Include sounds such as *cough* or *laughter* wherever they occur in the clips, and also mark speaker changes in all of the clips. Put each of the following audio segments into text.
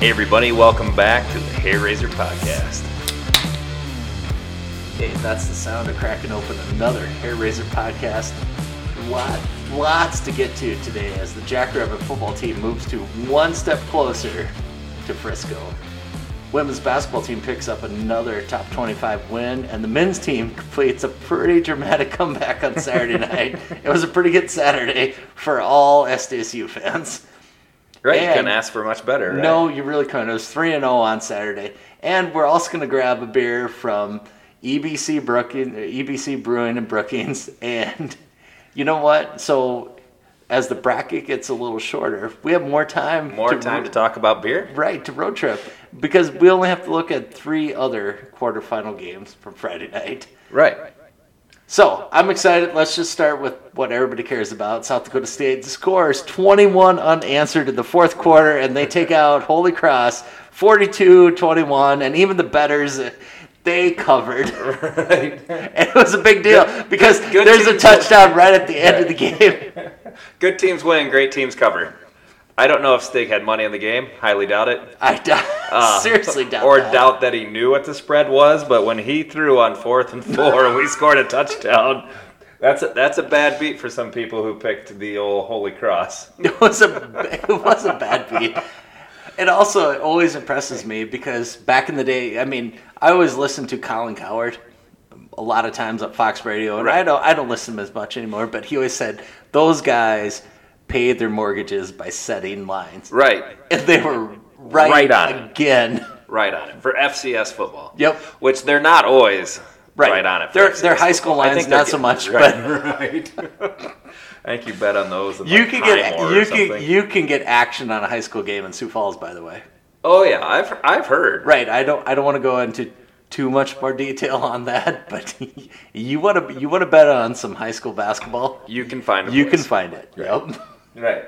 Speaker 1: Hey, everybody, welcome back to the Hair Razor Podcast.
Speaker 2: Hey, that's the sound of cracking open another Hair Razor podcast. Lot, lots to get to today as the Jackrabbit football team moves to one step closer to Frisco. Women's basketball team picks up another top 25 win, and the men's team completes a pretty dramatic comeback on Saturday night. It was a pretty good Saturday for all SDSU fans.
Speaker 1: Right, you
Speaker 2: And-
Speaker 1: couldn't ask for much better. right?
Speaker 2: No, you really couldn't. It was 3 and 0 on Saturday. And we're also going to grab a beer from EBC, Brookings, EBC Brewing in Brookings. *laughs* And you know what? So, as the bracket gets a little shorter, we have more time.
Speaker 1: more time to talk about beer.
Speaker 2: Right, to road trip. Because we only have to look at three other quarterfinal games from Friday *laughs* night.
Speaker 1: Right.
Speaker 2: So I'm excited. Let's just start with what everybody cares about. South Dakota State scores 21 unanswered in the fourth quarter, and they take out Holy Cross 42 21, and even the betters. They covered,
Speaker 1: *laughs* Right.
Speaker 2: and it was a big deal because
Speaker 1: good
Speaker 2: there's a
Speaker 1: team.
Speaker 2: touchdown right at the end of the game.
Speaker 1: *laughs* Good teams win, great teams cover. I don't know if Stig had money in the game. Highly doubt it.
Speaker 2: I doubt,
Speaker 1: Uh, *laughs*
Speaker 2: seriously doubt
Speaker 1: Or
Speaker 2: that.
Speaker 1: doubt that he knew what the spread was, but when he threw on fourth and four
Speaker 2: *laughs*
Speaker 1: and we scored a touchdown, that's a, that's a bad beat for some people who picked the old Holy Cross.
Speaker 2: *laughs* It was a it was a bad beat. And also, it always impresses me because back in the day, I mean, I always listened to Colin Coward a lot of times on Fox Radio, and I
Speaker 1: Right.
Speaker 2: don't I don't listen to him as much anymore. But he always said those guys paid their mortgages by setting lines,
Speaker 1: Right.
Speaker 2: and they were right,
Speaker 1: Right on it.
Speaker 2: again.
Speaker 1: right on it for FCS football.
Speaker 2: Yep.
Speaker 1: Which they're not always right,
Speaker 2: Right.
Speaker 1: on it. for
Speaker 2: Their-
Speaker 1: FCS
Speaker 2: their high school
Speaker 1: football. I
Speaker 2: lines,
Speaker 1: think they're
Speaker 2: not so
Speaker 1: get-
Speaker 2: much,
Speaker 1: Right. *laughs*
Speaker 2: *laughs*
Speaker 1: right. I think you bet on those. and,
Speaker 2: You
Speaker 1: like,
Speaker 2: can
Speaker 1: Primor
Speaker 2: get
Speaker 1: or
Speaker 2: you
Speaker 1: something.
Speaker 2: can you can get action on a high school game in Sioux Falls, by the way.
Speaker 1: oh yeah, I've I've heard.
Speaker 2: Right. I don't. I don't want to go into too much more detail on that, *laughs* but you want to. You want to bet on some high school basketball.
Speaker 1: You can find. a
Speaker 2: You can
Speaker 1: place.
Speaker 2: find it. Yep.
Speaker 1: Right.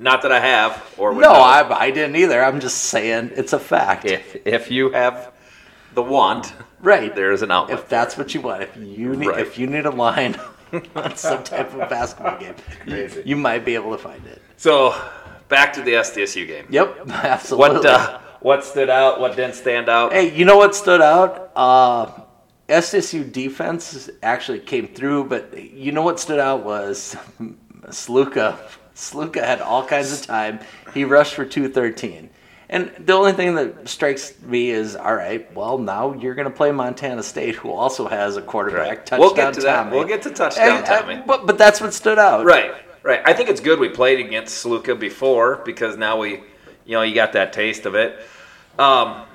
Speaker 1: Not that I have or would
Speaker 2: No,
Speaker 1: know.
Speaker 2: I, I didn't either. I'm just saying it's a fact.
Speaker 1: If if you have the want,
Speaker 2: Right.
Speaker 1: there is an outlet.
Speaker 2: If that's what you want, if you need,
Speaker 1: Right.
Speaker 2: if you need a line *laughs*
Speaker 1: *laughs*
Speaker 2: on some type of basketball game,
Speaker 1: Crazy.
Speaker 2: you might be able to find it.
Speaker 1: so back to the SDSU game.
Speaker 2: Yep. *laughs* Absolutely.
Speaker 1: What uh, what stood out? What didn't stand out?
Speaker 2: Hey, you know what stood out? Uh, SSU defense actually came through, but you know what stood out was *laughs* Sluka. Sluka had all kinds of time. He rushed for 213. And the only thing that strikes me is, all right, well, now you're going to play Montana State, who also has a quarterback.
Speaker 1: Right.
Speaker 2: Touchdown
Speaker 1: We'll get to that.
Speaker 2: Tommy.
Speaker 1: We'll get to touchdown
Speaker 2: And, uh,
Speaker 1: Tommy.
Speaker 2: but, but that's what stood out.
Speaker 1: Right, right. I think it's good we played against Sluka before because now we, you know, you got that taste of it. Um,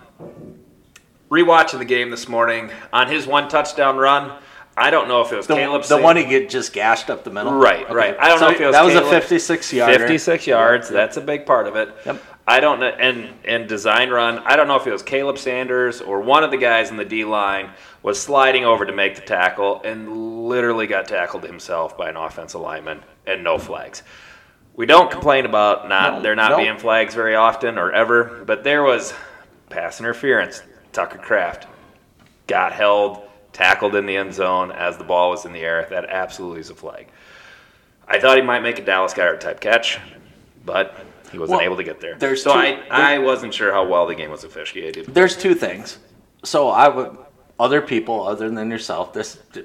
Speaker 1: rewatching the game this morning on his one touchdown run, I don't know if it was
Speaker 2: The,
Speaker 1: Caleb.
Speaker 2: the
Speaker 1: Sa-
Speaker 2: one he get just gashed up the middle.
Speaker 1: Right,
Speaker 2: Okay.
Speaker 1: right. I don't
Speaker 2: So
Speaker 1: know if it was
Speaker 2: that was a
Speaker 1: Caleb-
Speaker 2: 56 yarder.
Speaker 1: 56 yards. That's a big part of it.
Speaker 2: Yep.
Speaker 1: I don't know, and and design run. I don't know if it was Caleb Sanders or one of the guys in the D line was sliding over to make the tackle and literally got tackled himself by an offensive lineman and no flags. We don't complain about not
Speaker 2: No,
Speaker 1: there not
Speaker 2: no.
Speaker 1: being flags very often or ever, but there was pass interference. Tucker Craft got held, tackled in the end zone as the ball was in the air. That absolutely is a flag. I thought he might make a Dallas Goddard type catch, but he wasn't
Speaker 2: Well,
Speaker 1: able to get there.
Speaker 2: there's
Speaker 1: so
Speaker 2: two-
Speaker 1: I, I wasn't sure how well the game was officiated.
Speaker 2: there's two things. So I would other people other than yourself this d-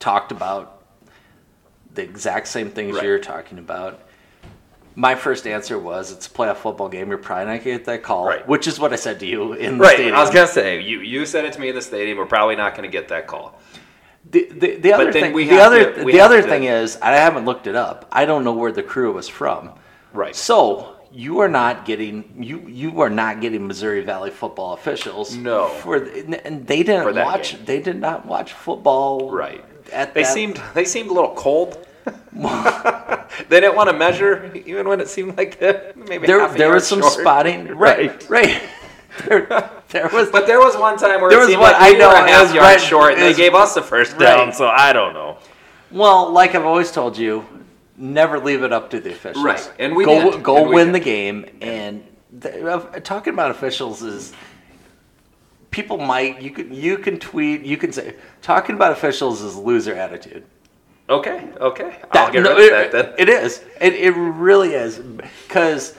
Speaker 2: talked about the exact same things
Speaker 1: Right.
Speaker 2: you're talking about. My first answer was it's a playoff football game. You're probably not going to get that call,
Speaker 1: Right.
Speaker 2: which is what I said to you in the
Speaker 1: Right.
Speaker 2: stadium.
Speaker 1: I was gonna say you, you said it to me in the stadium. We're probably not gonna get that call.
Speaker 2: the, the, the other
Speaker 1: then
Speaker 2: thing,
Speaker 1: we
Speaker 2: the
Speaker 1: have
Speaker 2: other,
Speaker 1: to- we
Speaker 2: the
Speaker 1: have
Speaker 2: other
Speaker 1: to-
Speaker 2: thing is, I haven't looked it up. I don't know where the crew was from.
Speaker 1: Right.
Speaker 2: So you are not getting you you are not getting Missouri Valley football officials.
Speaker 1: No.
Speaker 2: For the- and they didn't
Speaker 1: For that
Speaker 2: watch.
Speaker 1: game.
Speaker 2: They did not watch football.
Speaker 1: Right.
Speaker 2: At
Speaker 1: They
Speaker 2: that-
Speaker 1: seemed they seemed a little cold. *laughs* they didn't want to measure, even when it seemed like *laughs* they're maybe
Speaker 2: there.
Speaker 1: half a
Speaker 2: There
Speaker 1: yard
Speaker 2: was some
Speaker 1: short. *laughs*
Speaker 2: spotting. Right. Right. *laughs* there, there was.
Speaker 1: But there was one time where
Speaker 2: There
Speaker 1: it
Speaker 2: was
Speaker 1: seemed
Speaker 2: one-
Speaker 1: like we
Speaker 2: I know,
Speaker 1: were a
Speaker 2: it
Speaker 1: half
Speaker 2: was
Speaker 1: yard
Speaker 2: right-
Speaker 1: short, and
Speaker 2: it
Speaker 1: they
Speaker 2: was-
Speaker 1: gave us the first down.
Speaker 2: Right.
Speaker 1: So I don't know.
Speaker 2: well, like I've always told you, never leave it up to the officials.
Speaker 1: Right. And we
Speaker 2: go
Speaker 1: did.
Speaker 2: go
Speaker 1: And we
Speaker 2: win
Speaker 1: did.
Speaker 2: the game. And the, uh, talking about officials is people might you can you can tweet you can say talking about officials is loser attitude.
Speaker 1: Okay, okay. I'll
Speaker 2: That-
Speaker 1: get
Speaker 2: no,
Speaker 1: rid of
Speaker 2: it-
Speaker 1: that then.
Speaker 2: It is. It, it really is. Because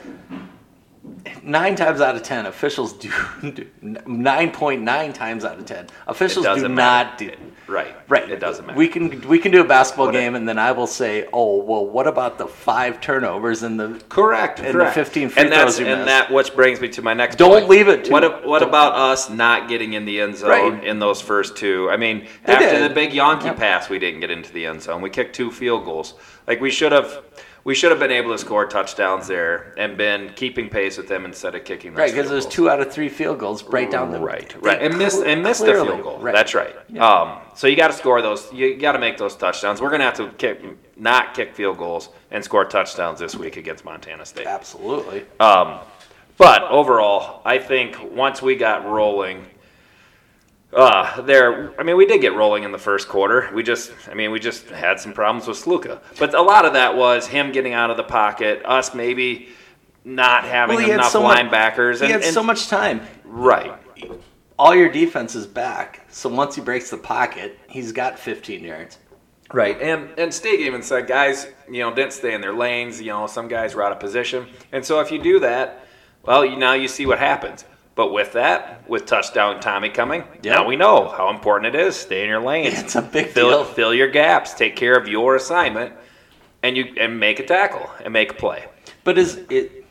Speaker 2: nine times out of ten, officials do. *laughs* Nine point nine times out of ten, officials do
Speaker 1: doesn't
Speaker 2: not
Speaker 1: matter.
Speaker 2: do.
Speaker 1: It- right.
Speaker 2: Right.
Speaker 1: It doesn't matter.
Speaker 2: We can we can do a basketball
Speaker 1: What I-
Speaker 2: game, and then I will say, "Oh, well, what about the five turnovers and the
Speaker 1: Correct.
Speaker 2: and the
Speaker 1: correct.
Speaker 2: 15 free
Speaker 1: and that's,
Speaker 2: throws you
Speaker 1: And
Speaker 2: missed.
Speaker 1: that which brings me to my next.
Speaker 2: Don't
Speaker 1: point.
Speaker 2: leave it to-
Speaker 1: what ab- What about us not getting in the end zone
Speaker 2: Right.
Speaker 1: in those first two? I mean,
Speaker 2: They
Speaker 1: after
Speaker 2: did.
Speaker 1: the big Yankee
Speaker 2: Yep.
Speaker 1: pass, we didn't get into the end zone. We kicked two field goals. Like we should have. We should have been able to score touchdowns there and been keeping pace with them instead of kicking. Those
Speaker 2: right?" Because
Speaker 1: field
Speaker 2: it was
Speaker 1: goals.
Speaker 2: two out of three field goals right down the
Speaker 1: Right,
Speaker 2: they
Speaker 1: right, and missed
Speaker 2: cle-
Speaker 1: and missed the
Speaker 2: clearly-
Speaker 1: field goal.
Speaker 2: right.
Speaker 1: That's right. Um, so you got to score those. You got to make those touchdowns. We're gonna have to kick, not kick field goals and score touchdowns this week against Montana State.
Speaker 2: Absolutely.
Speaker 1: But overall, I think once we got rolling, uh, there. I mean, we did get rolling in the first quarter. We just, I mean, we just had some problems with Sluka. But a lot of that was him getting out of the pocket. Us maybe not having
Speaker 2: Well, he had
Speaker 1: enough
Speaker 2: so much-
Speaker 1: linebackers.
Speaker 2: he
Speaker 1: and,
Speaker 2: had
Speaker 1: and-
Speaker 2: so much time.
Speaker 1: right.
Speaker 2: all your defense is back. So once he breaks the pocket, he's got 15 yards.
Speaker 1: Right, and and Stig even said guys, you know, didn't stay in their lanes. You know, some guys were out of position, and so if you do that, well, you, now you see what happens. But with that, with touchdown Tommy coming,
Speaker 2: Yeah.
Speaker 1: now we know how important it is. Stay in your lanes.
Speaker 2: It's a big
Speaker 1: fill,
Speaker 2: deal.
Speaker 1: fill your gaps. Take care of your assignment, and you and make a tackle and make a play.
Speaker 2: But is it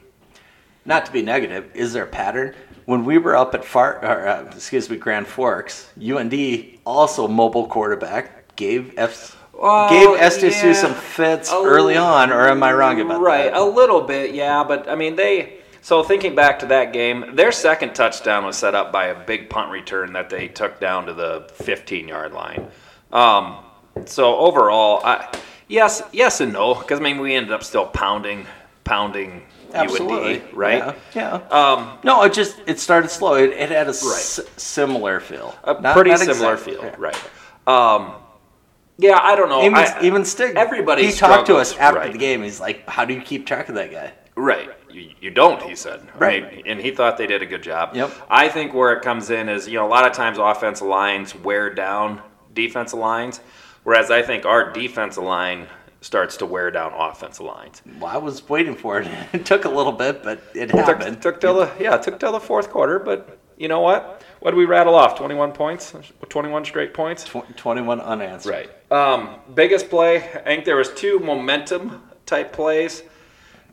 Speaker 2: not to be negative? Is there a pattern? When we were up at Far, or, uh, excuse me, Grand Forks, UND also mobile quarterback gave F,
Speaker 1: Oh,
Speaker 2: gave SDSU
Speaker 1: yeah.
Speaker 2: some fits
Speaker 1: A
Speaker 2: early
Speaker 1: li-
Speaker 2: on, or am I wrong
Speaker 1: Oh,
Speaker 2: about
Speaker 1: right, Oh,
Speaker 2: that?
Speaker 1: a little bit, yeah. But I mean, they. So thinking back to that game, their second touchdown was set up by a big punt return that they took down to the 15-yard line. Um, so overall, I, yes, yes and no, because I mean we ended up still pounding, pounding
Speaker 2: Absolutely.
Speaker 1: UND, right?
Speaker 2: Yeah. yeah.
Speaker 1: Um,
Speaker 2: no, it just it started slow. It, it had a s- similar feel.
Speaker 1: a
Speaker 2: Not-
Speaker 1: pretty
Speaker 2: not
Speaker 1: similar
Speaker 2: exact-
Speaker 1: feel,
Speaker 2: yeah.
Speaker 1: right? Um, yeah, I don't know.
Speaker 2: Even,
Speaker 1: Oh, I-
Speaker 2: even Stig.
Speaker 1: everybody
Speaker 2: He talked to
Speaker 1: struggles,
Speaker 2: us after
Speaker 1: right.
Speaker 2: the game. He's like, "How do you keep track of that guy?"
Speaker 1: Right. You, you don't, he said. I
Speaker 2: Right.
Speaker 1: mean, and he thought they did a good job.
Speaker 2: Yep.
Speaker 1: I think where it comes in is, you know, a lot of times offensive lines wear down defensive lines, whereas I think our defensive line starts to wear down offensive lines.
Speaker 2: Well, I was waiting for it. *laughs* It took a little bit, but it
Speaker 1: Took,
Speaker 2: happened.
Speaker 1: took till the yeah, took till the fourth quarter, but you know what? What did we rattle off? Twenty one points, twenty one straight points.
Speaker 2: Tw- Twenty-one unanswered.
Speaker 1: Right. Um, biggest play, I think there was two momentum type plays.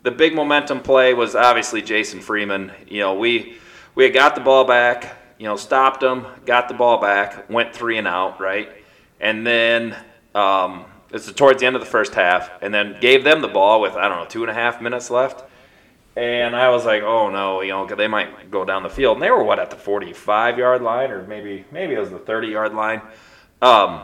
Speaker 1: The big momentum play was obviously Jason Freeman. You know, we we had got the ball back, you know, stopped him, got the ball back, went three and out, right? And then um, it's towards the end of the first half, and then gave them the ball with I don't know two and a half minutes left. And I was like, oh no, you know, 'cause they might go down the field. And they were what at the 45 yard line, or maybe maybe it was the 30 yard line. Um,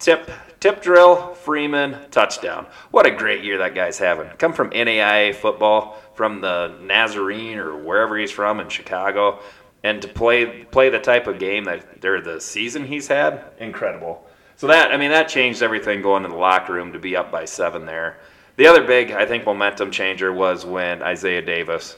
Speaker 1: tip tip drill freeman touchdown what a great year that guy's having come from naia football from the nazarene or wherever he's from in chicago and to play play the type of game that they're the season he's had incredible so that i mean that changed everything going to the locker room to be up by seven there the other big i think momentum changer was when isaiah davis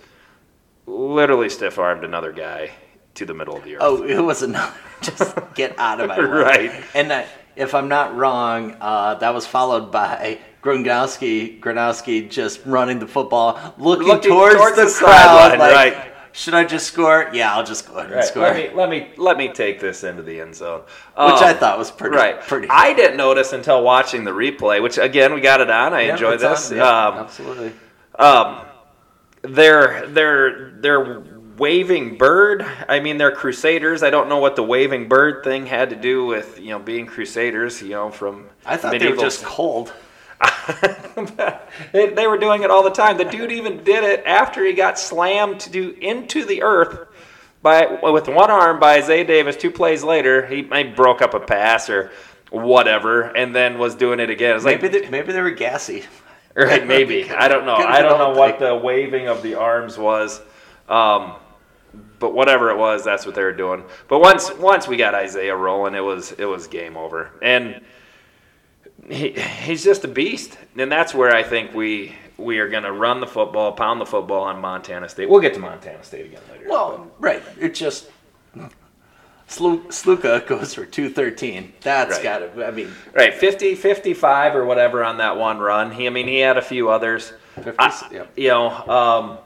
Speaker 1: literally stiff-armed another guy to the middle of the earth
Speaker 2: Oh, it was enough. *laughs* Just get
Speaker 1: *laughs*
Speaker 2: out of my way.
Speaker 1: Right.
Speaker 2: And I, if I'm not wrong, uh, that was followed by Gronkowski. Gronkowski just running the football, looking,
Speaker 1: Looking
Speaker 2: towards,
Speaker 1: towards
Speaker 2: the,
Speaker 1: the
Speaker 2: crowd.
Speaker 1: sideline,
Speaker 2: Like,
Speaker 1: right.
Speaker 2: should I just score? Yeah, I'll just go ahead and
Speaker 1: Right,
Speaker 2: score.
Speaker 1: Let me let me let me take this into the end zone,
Speaker 2: Which I
Speaker 1: Um,
Speaker 2: thought was pretty-
Speaker 1: Right,
Speaker 2: pretty-
Speaker 1: I didn't notice until watching the replay. Which again, we got it on. I
Speaker 2: *laughs* Yeah,
Speaker 1: enjoy
Speaker 2: it's on.
Speaker 1: this.
Speaker 2: Yeah,
Speaker 1: Um,
Speaker 2: absolutely.
Speaker 1: they're they're they're waving bird. I mean, they're crusaders. I don't know what the waving bird thing had to do with you know being crusaders. You know, from
Speaker 2: I thought they
Speaker 1: medieval
Speaker 2: were just cold.
Speaker 1: *laughs* they, they were doing it all the time. The dude even did it after he got slammed to do into the earth by with one arm by Isaiah Davis. Two plays later, he, he broke up a pass or whatever, and then was doing it again. It was
Speaker 2: Maybe
Speaker 1: like,
Speaker 2: they, maybe they were gassy.
Speaker 1: right, maybe I don't know.
Speaker 2: Could've
Speaker 1: I don't
Speaker 2: been all
Speaker 1: know what the waving of the arms was. Um, but whatever it was, that's what they were doing. But once once we got Isaiah rolling, it was it was game over. And he, he's just a beast. And that's where I think we we are going to run the football, pound the football on Montana State. We'll get to Montana State again later.
Speaker 2: Well, right. It just Slu- Sluka goes for two thirteen. That's
Speaker 1: Right.
Speaker 2: got to. I mean,
Speaker 1: right, 50, 55 or whatever on that one run. He, I mean, he had a few others.
Speaker 2: 50,
Speaker 1: I-
Speaker 2: yeah.
Speaker 1: You know, um,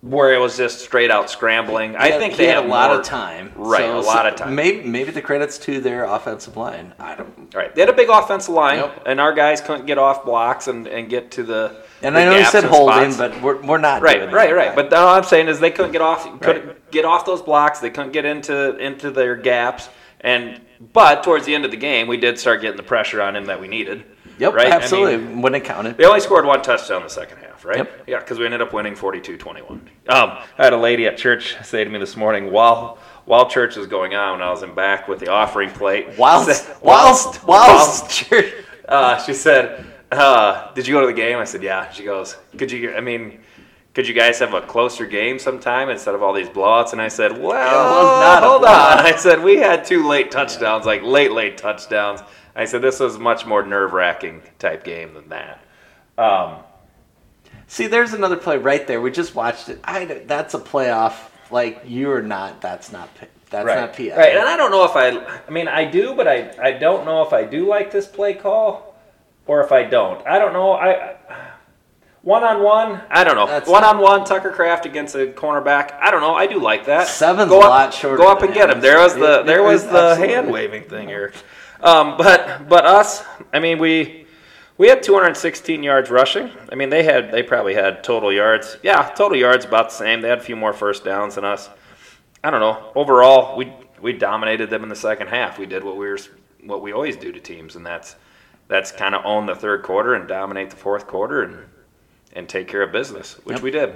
Speaker 1: where it was just straight out scrambling. I
Speaker 2: had-
Speaker 1: think
Speaker 2: he
Speaker 1: they
Speaker 2: had a lot
Speaker 1: more-
Speaker 2: of time.
Speaker 1: Right,
Speaker 2: So-
Speaker 1: a lot
Speaker 2: so
Speaker 1: of time.
Speaker 2: Maybe maybe the credits to their offensive line. I don't.
Speaker 1: All right, they had a big offensive line,
Speaker 2: Yep.
Speaker 1: and our guys couldn't get off blocks and, and get to the.
Speaker 2: And
Speaker 1: the
Speaker 2: I know he
Speaker 1: gaps
Speaker 2: said
Speaker 1: and
Speaker 2: hold in,
Speaker 1: spots.
Speaker 2: but we're, we're not
Speaker 1: Right,
Speaker 2: doing
Speaker 1: right,
Speaker 2: that.
Speaker 1: right. But all I'm saying is they couldn't get off, couldn't get off those blocks. They couldn't get into into their gaps. And but towards the end of the game, we did start getting the pressure on him that we needed.
Speaker 2: yep,
Speaker 1: right? I mean,
Speaker 2: absolutely. when it counted,
Speaker 1: *laughs* they only scored one touchdown in the second half, right?
Speaker 2: Yep.
Speaker 1: Yeah, because we ended up winning 42-21. Um, I had a lady at church say to me this morning while while church was going on, when I was in back with the offering plate. *laughs*
Speaker 2: whilst
Speaker 1: said-
Speaker 2: whilst whilst, *laughs* cheer-
Speaker 1: uh, she said, uh, "Did you go to the game?" I said, "Yeah." She goes, "Could you? I mean, could you guys have a closer game sometime instead of all these blowouts?" And I said, "Well,
Speaker 2: not a
Speaker 1: hold
Speaker 2: blowout."
Speaker 1: on." *laughs* I said, "We had two late touchdowns, like late late touchdowns." I said, "This was much more nerve wracking type game than that." Um,
Speaker 2: See, there's another play right there. We just watched it. I don't- that's a playoff. Like you are not. That's not. p- That's not PI.
Speaker 1: Right, and I don't know if I. I mean, I do, but I I don't know if I do like this play call, or if I don't. I don't know. I one on one. I don't know.
Speaker 2: That's-
Speaker 1: One on one, Tucker Craft against a cornerback. I don't know. I do like that.
Speaker 2: Seven's
Speaker 1: go
Speaker 2: a
Speaker 1: up,
Speaker 2: lot shorter
Speaker 1: Go up
Speaker 2: than
Speaker 1: and get him. There was the
Speaker 2: Anderson.
Speaker 1: there
Speaker 2: It- it
Speaker 1: was
Speaker 2: is
Speaker 1: the
Speaker 2: absolutely-
Speaker 1: hand waving thing, Eric. Um, but but us. I mean we. We had 216 yards rushing. I mean, they had they probably had total yards. Yeah, total yards about the same. They had a few more first downs than us. I don't know. Overall, we we dominated them in the second half. We did what we were what we always do to teams, and that's that's kind of own the third quarter and dominate the fourth quarter and and take care of business, which we did.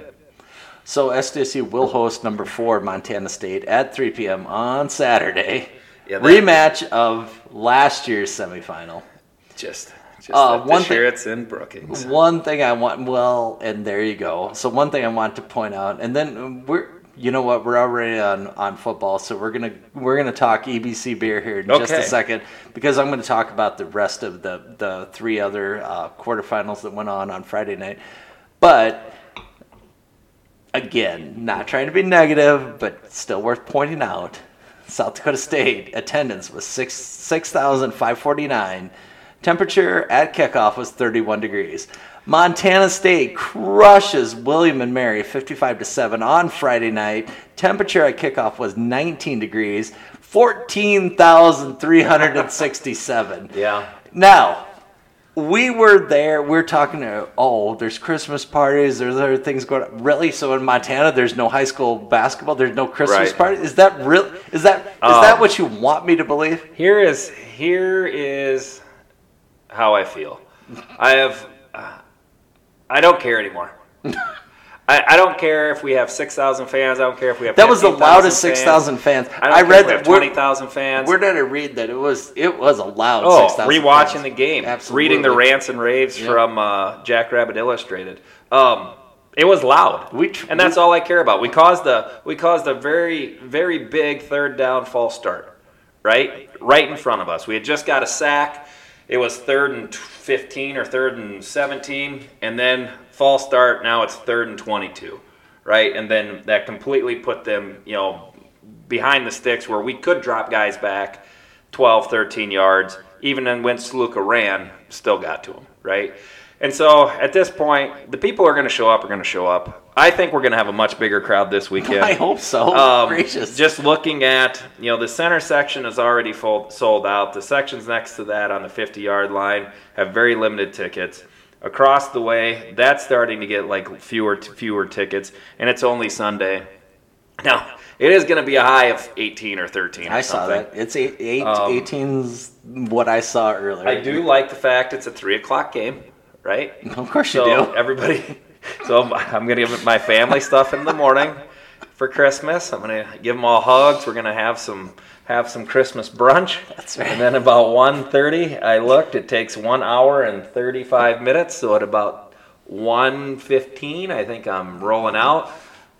Speaker 2: So SDSU will host number four Montana State at 3 p.m. on Saturday.
Speaker 1: Yeah, that-
Speaker 2: Rematch of last year's semifinal.
Speaker 1: Just just
Speaker 2: Uh,
Speaker 1: that
Speaker 2: one
Speaker 1: this
Speaker 2: thing-
Speaker 1: year it's in Brookings.
Speaker 2: One thing I want, well, and there you go. So one thing I want to point out, and then we're, you know what, we're already on, on football, so we're gonna we're gonna talk EBC beer here in just a
Speaker 1: Okay.
Speaker 2: second because I'm gonna talk about the rest of the the three other uh, quarterfinals that went on on Friday night, but. Again, not trying to be negative, but still worth pointing out. South Dakota State attendance was six six thousand five forty nine. Temperature at kickoff was thirty one degrees. Montana State crushes William and Mary fifty five to seven on Friday night. Temperature at kickoff was nineteen degrees, fourteen thousand three hundred and sixty seven.
Speaker 1: Yeah.
Speaker 2: Now, we were there. We're talking to oh, there's Christmas parties. There's other things going. on. Really? So in Montana, there's no high school basketball. There's no Christmas
Speaker 1: Right.
Speaker 2: party. Is that real? Is that is
Speaker 1: Um,
Speaker 2: that what you want me to believe?
Speaker 1: Here is here is how I feel. I have uh, I don't care anymore. I, I don't care if we have six thousand fans. I don't care if we have
Speaker 2: That was the
Speaker 1: 15,000
Speaker 2: loudest six
Speaker 1: fans.
Speaker 2: thousand fans.
Speaker 1: I, don't
Speaker 2: I,
Speaker 1: care if
Speaker 2: read
Speaker 1: we have
Speaker 2: that.
Speaker 1: twenty
Speaker 2: Where,
Speaker 1: thousand fans.
Speaker 2: where did I read that? It was it was a loud.
Speaker 1: Oh,
Speaker 2: 6,000
Speaker 1: rewatching
Speaker 2: fans.
Speaker 1: the game,
Speaker 2: Absolutely.
Speaker 1: reading the rants and raves
Speaker 2: Yep.
Speaker 1: from uh, Jackrabbit Illustrated. Um, it was loud,
Speaker 2: We tr-
Speaker 1: and that's all I care about. We caused a we caused a very very big third down false start, right right in front of us. We had just got a sack. It was third and t- fifteen or third and seventeen, and then false start. Now it's third and twenty-two, right? And then that completely put them, you know, behind the sticks where we could drop guys back 12, 13 yards. Even then when Sluka ran, still got to him, right? And so at this point, the people who are going to show up are going to show up. I think we're going to have a much bigger crowd this weekend.
Speaker 2: *laughs* *laughs* I hope so.
Speaker 1: Um,
Speaker 2: Gracious.
Speaker 1: Just looking at, you know, the center section is already fold, sold out. The sections next to that on the 50 yard line have very limited tickets. Across the way, that's starting to get like fewer fewer tickets, and it's only Sunday. Now, it is going to be a high of 18 or 13. Or
Speaker 2: I saw
Speaker 1: something.
Speaker 2: that. It's eight, eight
Speaker 1: Um,
Speaker 2: 18's what I saw earlier.
Speaker 1: I do like the fact it's a three o'clock game, right?
Speaker 2: Of course you
Speaker 1: So
Speaker 2: do.
Speaker 1: everybody, *laughs* so I'm- I'm gonna give my family stuff in the morning for Christmas. I'm gonna give them all hugs. We're gonna have some have some Christmas brunch.
Speaker 2: That's right.
Speaker 1: And then about 1.30, I looked. It takes one hour and 35 minutes. So at about 1.15, I think I'm rolling out.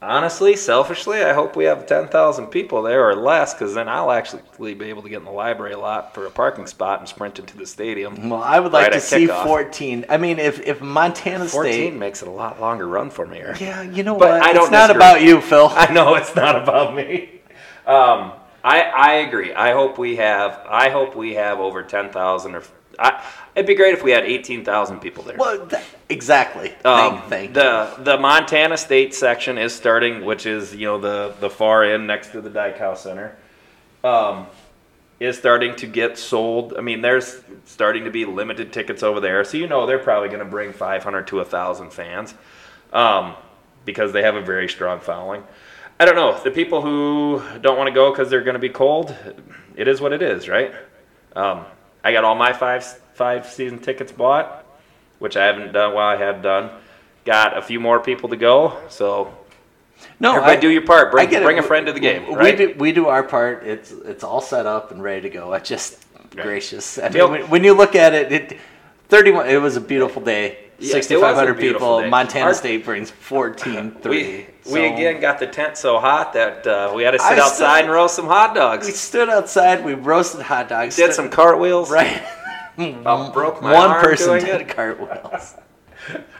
Speaker 1: Honestly, selfishly, I hope we have 10,000 people there or less, because then I'll actually be able to get in the library lot for a parking spot and sprint into the stadium.
Speaker 2: Well, I would like
Speaker 1: Right
Speaker 2: to
Speaker 1: at
Speaker 2: see
Speaker 1: kickoff.
Speaker 2: 14. I mean, if if Montana
Speaker 1: 14
Speaker 2: State,
Speaker 1: makes it a lot longer run for me. Eric.
Speaker 2: yeah, you know
Speaker 1: But
Speaker 2: what?
Speaker 1: I
Speaker 2: it's
Speaker 1: don't
Speaker 2: not
Speaker 1: disagree.
Speaker 2: about you, Phil.
Speaker 1: *laughs* I know it's not about me. Um, I I agree. I hope we have I hope we have over ten thousand or I, it'd be great if we had 18,000 people there.
Speaker 2: Well, th- exactly.
Speaker 1: Um,
Speaker 2: thank, thank
Speaker 1: the the Montana State section is starting, which is you know the the far end next to the Dyke House Center, um, is starting to get sold. I mean, there's starting to be limited tickets over there, so you know they're probably going to bring 500 to thousand fans, um, because they have a very strong following. I don't know the people who don't want to go because they're going to be cold. It is what it is, right? Um, I got all my five five season tickets bought which I haven't done while I have done. Got a few more people to go, so
Speaker 2: No,
Speaker 1: everybody do your part. Bring,
Speaker 2: I get it.
Speaker 1: bring a friend to the game,
Speaker 2: We-
Speaker 1: right?
Speaker 2: We do, we do our part. It's it's all set up and ready to go. I just
Speaker 1: Right.
Speaker 2: gracious. I mean,
Speaker 1: Yep.
Speaker 2: when, when you look at it, it thirty one. It was a beautiful day.
Speaker 1: Yes,
Speaker 2: Sixty
Speaker 1: it was a
Speaker 2: five hundred
Speaker 1: beautiful
Speaker 2: people.
Speaker 1: day.
Speaker 2: Montana
Speaker 1: Our-
Speaker 2: State brings fourteen three.
Speaker 1: *laughs* We, we again got the tent so hot that uh, we had to sit
Speaker 2: I still-
Speaker 1: outside and roast some hot dogs.
Speaker 2: we stood outside. We roasted hot dogs.
Speaker 1: did
Speaker 2: stood-
Speaker 1: some cartwheels.
Speaker 2: *laughs* right.
Speaker 1: About broke *laughs* my
Speaker 2: one
Speaker 1: arm
Speaker 2: person
Speaker 1: doing
Speaker 2: did
Speaker 1: it.
Speaker 2: cartwheels.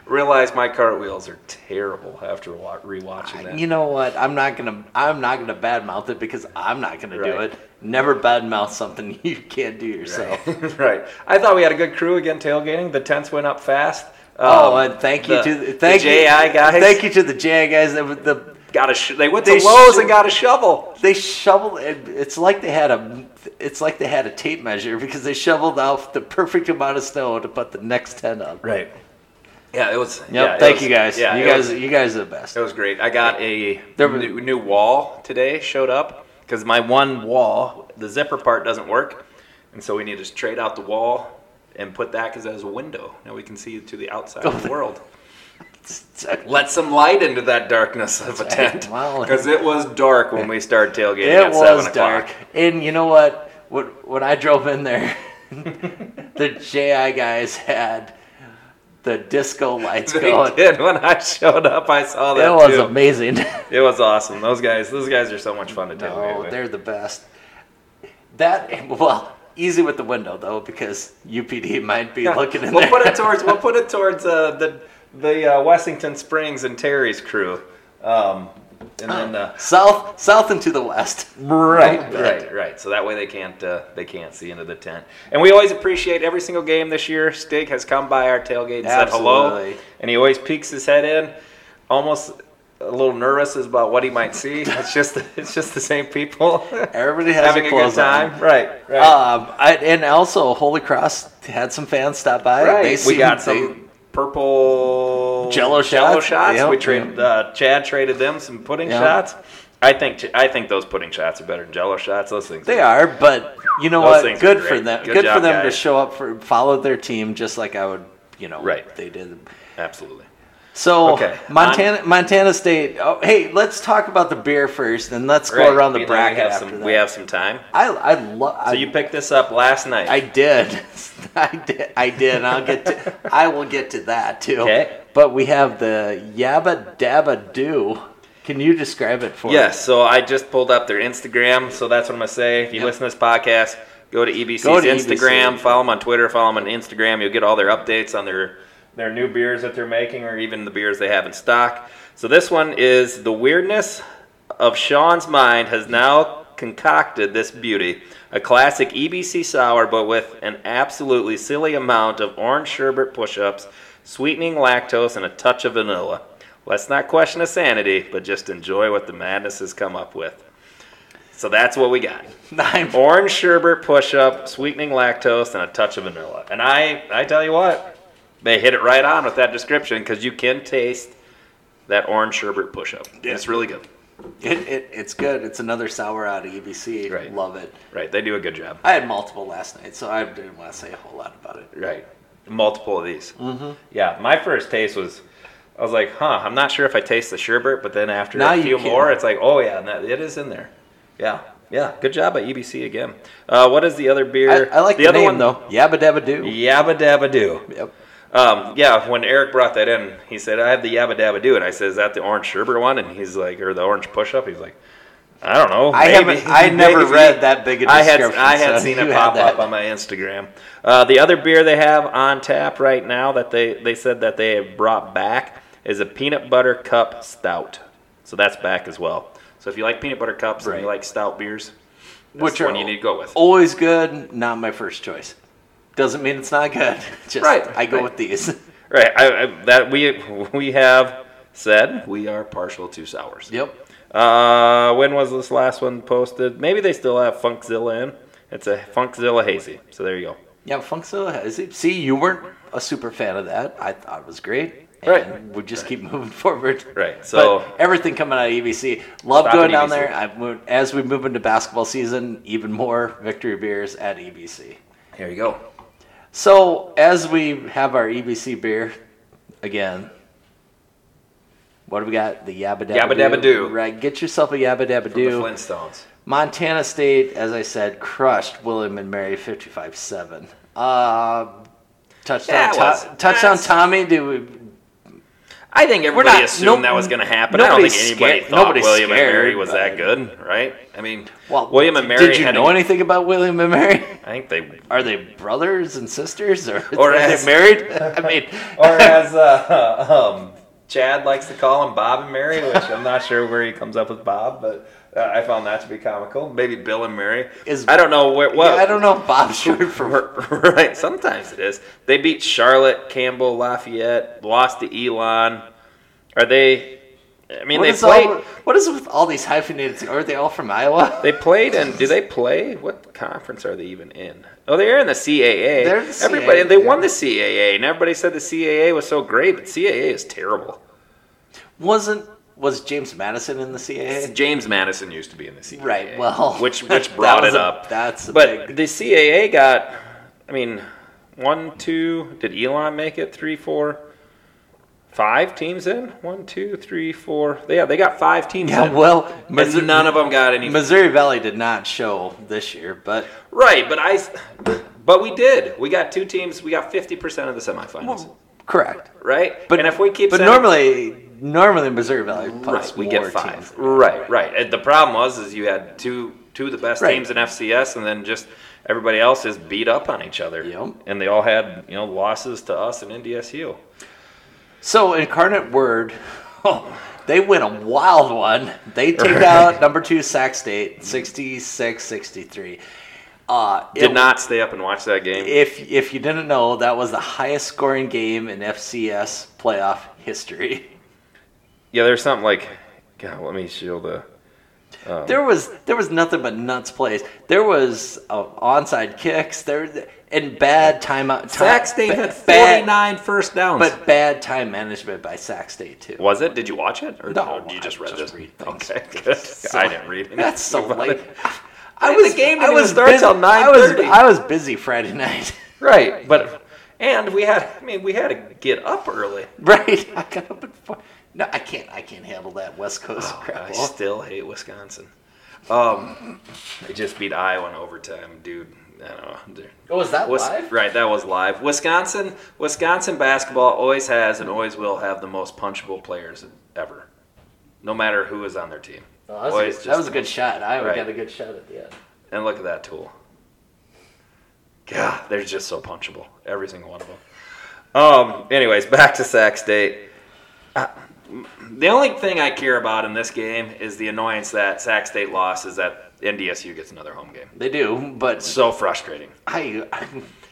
Speaker 1: Realized my cartwheels are terrible after wa- rewatching that.
Speaker 2: Ah, You know what? I'm not gonna I'm not gonna badmouth it because I'm not gonna do
Speaker 1: Right.
Speaker 2: it. Never badmouth something *laughs* you can't do yourself.
Speaker 1: *laughs* right. I thought we had a good crew again tailgating. The tents went up fast.
Speaker 2: Oh,
Speaker 1: Um,
Speaker 2: and thank you
Speaker 1: the-
Speaker 2: to the, thank
Speaker 1: the
Speaker 2: you-
Speaker 1: JI guys.
Speaker 2: Thank you to the JI guys. That was the
Speaker 1: Got a sh- they went
Speaker 2: They
Speaker 1: to Lowe's
Speaker 2: sho-
Speaker 1: and got a shovel.
Speaker 2: they shoveled. It, it's like they had a it's like they had a tape measure because they shoveled out the perfect amount of snow to put the next ten up.
Speaker 1: Right. Yeah, it was.
Speaker 2: Yep.
Speaker 1: yeah, it
Speaker 2: thank
Speaker 1: was-
Speaker 2: you guys.
Speaker 1: Yeah,
Speaker 2: you
Speaker 1: it
Speaker 2: guys
Speaker 1: was-
Speaker 2: you guys are the best.
Speaker 1: It was great. I got a
Speaker 2: There was-
Speaker 1: new, new wall today. Showed up because my one wall, the zipper part doesn't work, and so we need to trade out the wall and put that as a window. Now we can see to the outside of
Speaker 2: *laughs*
Speaker 1: the world. Let some light into that darkness of a tent
Speaker 2: Wow.
Speaker 1: because it was dark when we started tailgating.
Speaker 2: It
Speaker 1: at seven
Speaker 2: was
Speaker 1: o'clock.
Speaker 2: dark. And you know what? When, when I drove in there, *laughs* the JI guys had the disco
Speaker 1: *laughs*
Speaker 2: lights
Speaker 1: They
Speaker 2: going.
Speaker 1: did when I showed up. I saw that.
Speaker 2: That was
Speaker 1: too. *laughs*
Speaker 2: amazing.
Speaker 1: It was awesome. Those guys. Those guys are so much fun to tailgate
Speaker 2: no,
Speaker 1: with.
Speaker 2: they're the best. That, well, easy with the window, though, because UPD might be
Speaker 1: Yeah,
Speaker 2: *laughs* looking in
Speaker 1: we'll
Speaker 2: there.
Speaker 1: put it towards we'll put it towards uh, the the uh, Westington Springs and Terry's crew, um, and then uh,
Speaker 2: *laughs* south, south and to the west. *laughs*
Speaker 1: right, right, right. So that way they can't uh, they can't see into the tent. And we always appreciate every single game this year. Stig has come by our tailgate and said hello,
Speaker 2: Absolutely.
Speaker 1: and he always peeks his head in, almost a little nervous as about what he might see. It's just it's just the same people
Speaker 2: Everybody has
Speaker 1: having a
Speaker 2: their
Speaker 1: good
Speaker 2: clothes
Speaker 1: time,
Speaker 2: on.
Speaker 1: right? Right.
Speaker 2: Um, I, and also, Holy Cross had some fans stop by. They
Speaker 1: we
Speaker 2: seemed-
Speaker 1: got
Speaker 2: they-
Speaker 1: some purple
Speaker 2: Jell-O
Speaker 1: Jell-O
Speaker 2: shots? Yep.
Speaker 1: We traded. Uh, Chad traded them some pudding
Speaker 2: Yep.
Speaker 1: shots. I think I think those pudding shots are better than Jello shots. Those things.
Speaker 2: They are, but you know
Speaker 1: Those
Speaker 2: what?
Speaker 1: things
Speaker 2: Good
Speaker 1: are
Speaker 2: for
Speaker 1: great.
Speaker 2: them. Good,
Speaker 1: Good
Speaker 2: for
Speaker 1: job,
Speaker 2: them to
Speaker 1: guys.
Speaker 2: show up for follow their team just like I would, you know,
Speaker 1: Right.
Speaker 2: they did.
Speaker 1: absolutely.
Speaker 2: So
Speaker 1: Okay.
Speaker 2: Montana Montana State. Oh, hey, let's talk about the beer first and let's
Speaker 1: Right.
Speaker 2: go around
Speaker 1: We
Speaker 2: the
Speaker 1: know
Speaker 2: bracket
Speaker 1: We have,
Speaker 2: after
Speaker 1: some,
Speaker 2: that.
Speaker 1: we have some time.
Speaker 2: I I love
Speaker 1: So you picked this up last night.
Speaker 2: I did. *laughs* I did. I did. And I'll get to I will get to that too.
Speaker 1: Okay.
Speaker 2: But we have the Yabba Dabba Doo. Can you describe it for
Speaker 1: Yes, so I just pulled up their Instagram, so that's what I'm gonna say. If you listen to this podcast, go to E EBC's
Speaker 2: Go to E
Speaker 1: Instagram,
Speaker 2: EBC.
Speaker 1: follow them on Twitter, follow them on Instagram. You'll get all their updates on their their new beers that they're making, or even the beers they have in stock. So this one is the weirdness of Sean's mind has now concocted this beauty, a classic EBC sour, but with an absolutely silly amount of orange sherbet push-ups, sweetening lactose, and a touch of vanilla. Let's not question his sanity, but just enjoy what the madness has come up with. So that's what we got.
Speaker 2: it? *laughs* I'm
Speaker 1: Orange sherbet push up, sweetening lactose, and a touch of vanilla. And I, I tell you what, they hit it right on with that description because you can taste that orange sherbet push up. It's really good.
Speaker 2: It, it, it's good. It's another sour out of EBC.
Speaker 1: Right.
Speaker 2: Love it.
Speaker 1: Right, they do a good job.
Speaker 2: I had multiple last night, so I didn't want to say a whole lot about it.
Speaker 1: Right, multiple of these. Mm-hmm. Yeah, my first taste was, I was like, huh, I'm not sure if I taste the sherbet, but then after
Speaker 2: Now
Speaker 1: a
Speaker 2: you
Speaker 1: few
Speaker 2: can.
Speaker 1: more, it's like, oh yeah, that, it is in there. Yeah, yeah, good job at EBC again. Uh, what is the other
Speaker 2: I,
Speaker 1: beer?
Speaker 2: I like the,
Speaker 1: other
Speaker 2: name
Speaker 1: one
Speaker 2: though. Yabba Dabba Doo.
Speaker 1: Yabba Dabba Doo.
Speaker 2: Yep.
Speaker 1: Um, yeah, when Eric brought that in, he said, I have the Yabba Dabba Doo. And I said, Is that the orange sherbet one? And he's like, Or the orange push up? He's like, I don't know.
Speaker 2: I
Speaker 1: maybe."
Speaker 2: haven't-
Speaker 1: *laughs*
Speaker 2: I never
Speaker 1: Maybe.
Speaker 2: read that big a
Speaker 1: I had,
Speaker 2: description,
Speaker 1: I had
Speaker 2: so
Speaker 1: seen
Speaker 2: you
Speaker 1: it
Speaker 2: had
Speaker 1: pop
Speaker 2: that.
Speaker 1: up on my Instagram. Uh, the other beer they have on tap right now that they, they said that they have brought back is a peanut butter cup stout. So that's back as well. So if you like peanut butter cups and you
Speaker 2: Right.
Speaker 1: like stout beers, that's
Speaker 2: Which
Speaker 1: the
Speaker 2: are Oh.
Speaker 1: one you need to go with.
Speaker 2: Always good. Not my first choice. Doesn't mean it's not good. *laughs* Just
Speaker 1: Right,
Speaker 2: I go
Speaker 1: right.
Speaker 2: with these. *laughs*
Speaker 1: Right. I, I, that we we have said we are partial to sours.
Speaker 2: Yep.
Speaker 1: Uh, when was this last one posted? Maybe they still have Funkzilla in. It's a Funkzilla hazy. So there you go.
Speaker 2: Yeah, Funkzilla has it. See, you weren't a super fan of that. I thought it was great. And
Speaker 1: Right.
Speaker 2: We just keep *laughs* moving forward.
Speaker 1: Right, so-
Speaker 2: But everything coming out of EBC. Love
Speaker 1: Stop
Speaker 2: going
Speaker 1: at E
Speaker 2: down
Speaker 1: EBC.
Speaker 2: there. I've moved, as we move into basketball season, even more victory beers at E EBC.
Speaker 1: Here you go.
Speaker 2: So as we have our EBC beer again, what do we got? The Yabba Dabba,
Speaker 1: Yabba Dabba Doo.
Speaker 2: Right. Get yourself a Yabba Dabba
Speaker 1: From the
Speaker 2: Doo.
Speaker 1: Flintstones.
Speaker 2: Montana State, as I said, crushed William and Mary 55 7. Uh, touchdown,
Speaker 1: That was-
Speaker 2: to- touchdown
Speaker 1: that's-
Speaker 2: Tommy. Do we,
Speaker 1: I think everybody
Speaker 2: not-
Speaker 1: assumed
Speaker 2: nope,
Speaker 1: that was going to happen. I don't think
Speaker 2: nobody's
Speaker 1: anybody
Speaker 2: scared-
Speaker 1: thought
Speaker 2: nobody's
Speaker 1: William
Speaker 2: scared,
Speaker 1: and Mary was
Speaker 2: but-
Speaker 1: that good, right? I mean,
Speaker 2: well,
Speaker 1: William and Mary.
Speaker 2: Did you
Speaker 1: had
Speaker 2: know
Speaker 1: a-
Speaker 2: anything about William and Mary? *laughs*
Speaker 1: I think they.
Speaker 2: Are they brothers and sisters, or,
Speaker 1: Or
Speaker 2: are
Speaker 1: as-
Speaker 2: they married? *laughs* I mean,
Speaker 1: Or as uh, *laughs* um, Chad likes to call him, Bob and Mary, which I'm not sure where he comes up with Bob, but uh, I found that to be comical. Maybe Bill and Mary.
Speaker 2: Is-
Speaker 1: I don't know where. What,
Speaker 2: I don't know
Speaker 1: *laughs*
Speaker 2: if Bob's short for.
Speaker 1: right. Sometimes it is. They beat Charlotte, Campbell, Lafayette, lost to Elon. Are they? I mean,
Speaker 2: What
Speaker 1: they
Speaker 2: is,
Speaker 1: played.
Speaker 2: all, what is with all these hyphenated? Are they all from Iowa?
Speaker 1: They played, and do they play? What conference are they even in? Oh, they're in the CAA.
Speaker 2: They're in the
Speaker 1: everybody,
Speaker 2: CAA,
Speaker 1: they won the
Speaker 2: yeah.
Speaker 1: CAA, and everybody said the CAA was so great, but CAA is terrible.
Speaker 2: Wasn't was James Madison in the CAA?
Speaker 1: Eh, James Madison used to be in the CAA,
Speaker 2: Right, well, *laughs*
Speaker 1: which which
Speaker 2: that
Speaker 1: brought
Speaker 2: was
Speaker 1: it
Speaker 2: a-
Speaker 1: up.
Speaker 2: that's a
Speaker 1: but
Speaker 2: big-
Speaker 1: the CAA got. I mean, one, two. Did Elon make it? Three, four, five teams in. One, two, three, four. Yeah, they got five teams.
Speaker 2: Yeah,
Speaker 1: in.
Speaker 2: well,
Speaker 1: But
Speaker 2: Missouri-
Speaker 1: none of them got any
Speaker 2: Missouri Valley did not show this year, but
Speaker 1: Right, but I, but we did. We got two teams. We got fifty percent of the semifinals,
Speaker 2: correct.
Speaker 1: right?
Speaker 2: But
Speaker 1: and if we keep,
Speaker 2: but
Speaker 1: sending-
Speaker 2: normally normally Missouri Valley puts
Speaker 1: right, we
Speaker 2: more
Speaker 1: get
Speaker 2: teams.
Speaker 1: five. Right, right. And the problem was is you had two two of the best
Speaker 2: Right.
Speaker 1: teams in FCS, and then just everybody else is beat up on each other.
Speaker 2: Yep.
Speaker 1: And they all had you know losses to us and NDSU.
Speaker 2: So Incarnate Word, *laughs* oh, they win a wild one. They take out number two Sac State 66-63. Uh,
Speaker 1: Did
Speaker 2: it-
Speaker 1: not stay up and watch that game.
Speaker 2: If if you didn't know, that was the highest scoring game in FCS playoff history. *laughs*
Speaker 1: yeah, there's something like, God, let me shield the.
Speaker 2: There was there was nothing but nuts plays. There was uh, onside kicks. There and bad timeout.
Speaker 1: Sac State had
Speaker 2: bad-
Speaker 1: 49 first downs.
Speaker 2: but bad time management by Sac State too.
Speaker 1: was it? Did you watch it? Or
Speaker 2: No,
Speaker 1: you just
Speaker 2: I
Speaker 1: read
Speaker 2: just
Speaker 1: this?
Speaker 2: read things.
Speaker 1: okay,
Speaker 2: *laughs*
Speaker 1: good. I didn't read. anything
Speaker 2: That's so
Speaker 1: about
Speaker 2: late.
Speaker 1: it.
Speaker 2: *laughs* I
Speaker 1: And
Speaker 2: was
Speaker 1: the game
Speaker 2: I
Speaker 1: didn't
Speaker 2: was
Speaker 1: even start
Speaker 2: busy-
Speaker 1: till
Speaker 2: I was
Speaker 1: 9:30.
Speaker 2: I was busy Friday night. *laughs*
Speaker 1: Right, but and we had I mean we had to get up early.
Speaker 2: right. I got up at four. No, I can't. I can't handle that West Coast crap.
Speaker 1: Oh, I still hate Wisconsin. Um, they just beat Iowa in overtime, dude. I don't know. They're-
Speaker 2: Oh, is that
Speaker 1: Wis-
Speaker 2: live?
Speaker 1: Right, that was live. Wisconsin, Wisconsin basketball always has and always will have the most punchable players ever, no matter who is on their team.
Speaker 2: Oh,
Speaker 1: Always
Speaker 2: that, was a, that
Speaker 1: just-
Speaker 2: was a good shot. I
Speaker 1: Right.
Speaker 2: got a good shot at the end.
Speaker 1: And look at that tool. God, they're just so punchable. Every single one of them. Um. Anyways, back to Sac State. Uh, the only thing I care about in this game is the annoyance that Sac State lost is that NDSU gets another home game.
Speaker 2: They do, but
Speaker 1: So frustrating.
Speaker 2: I.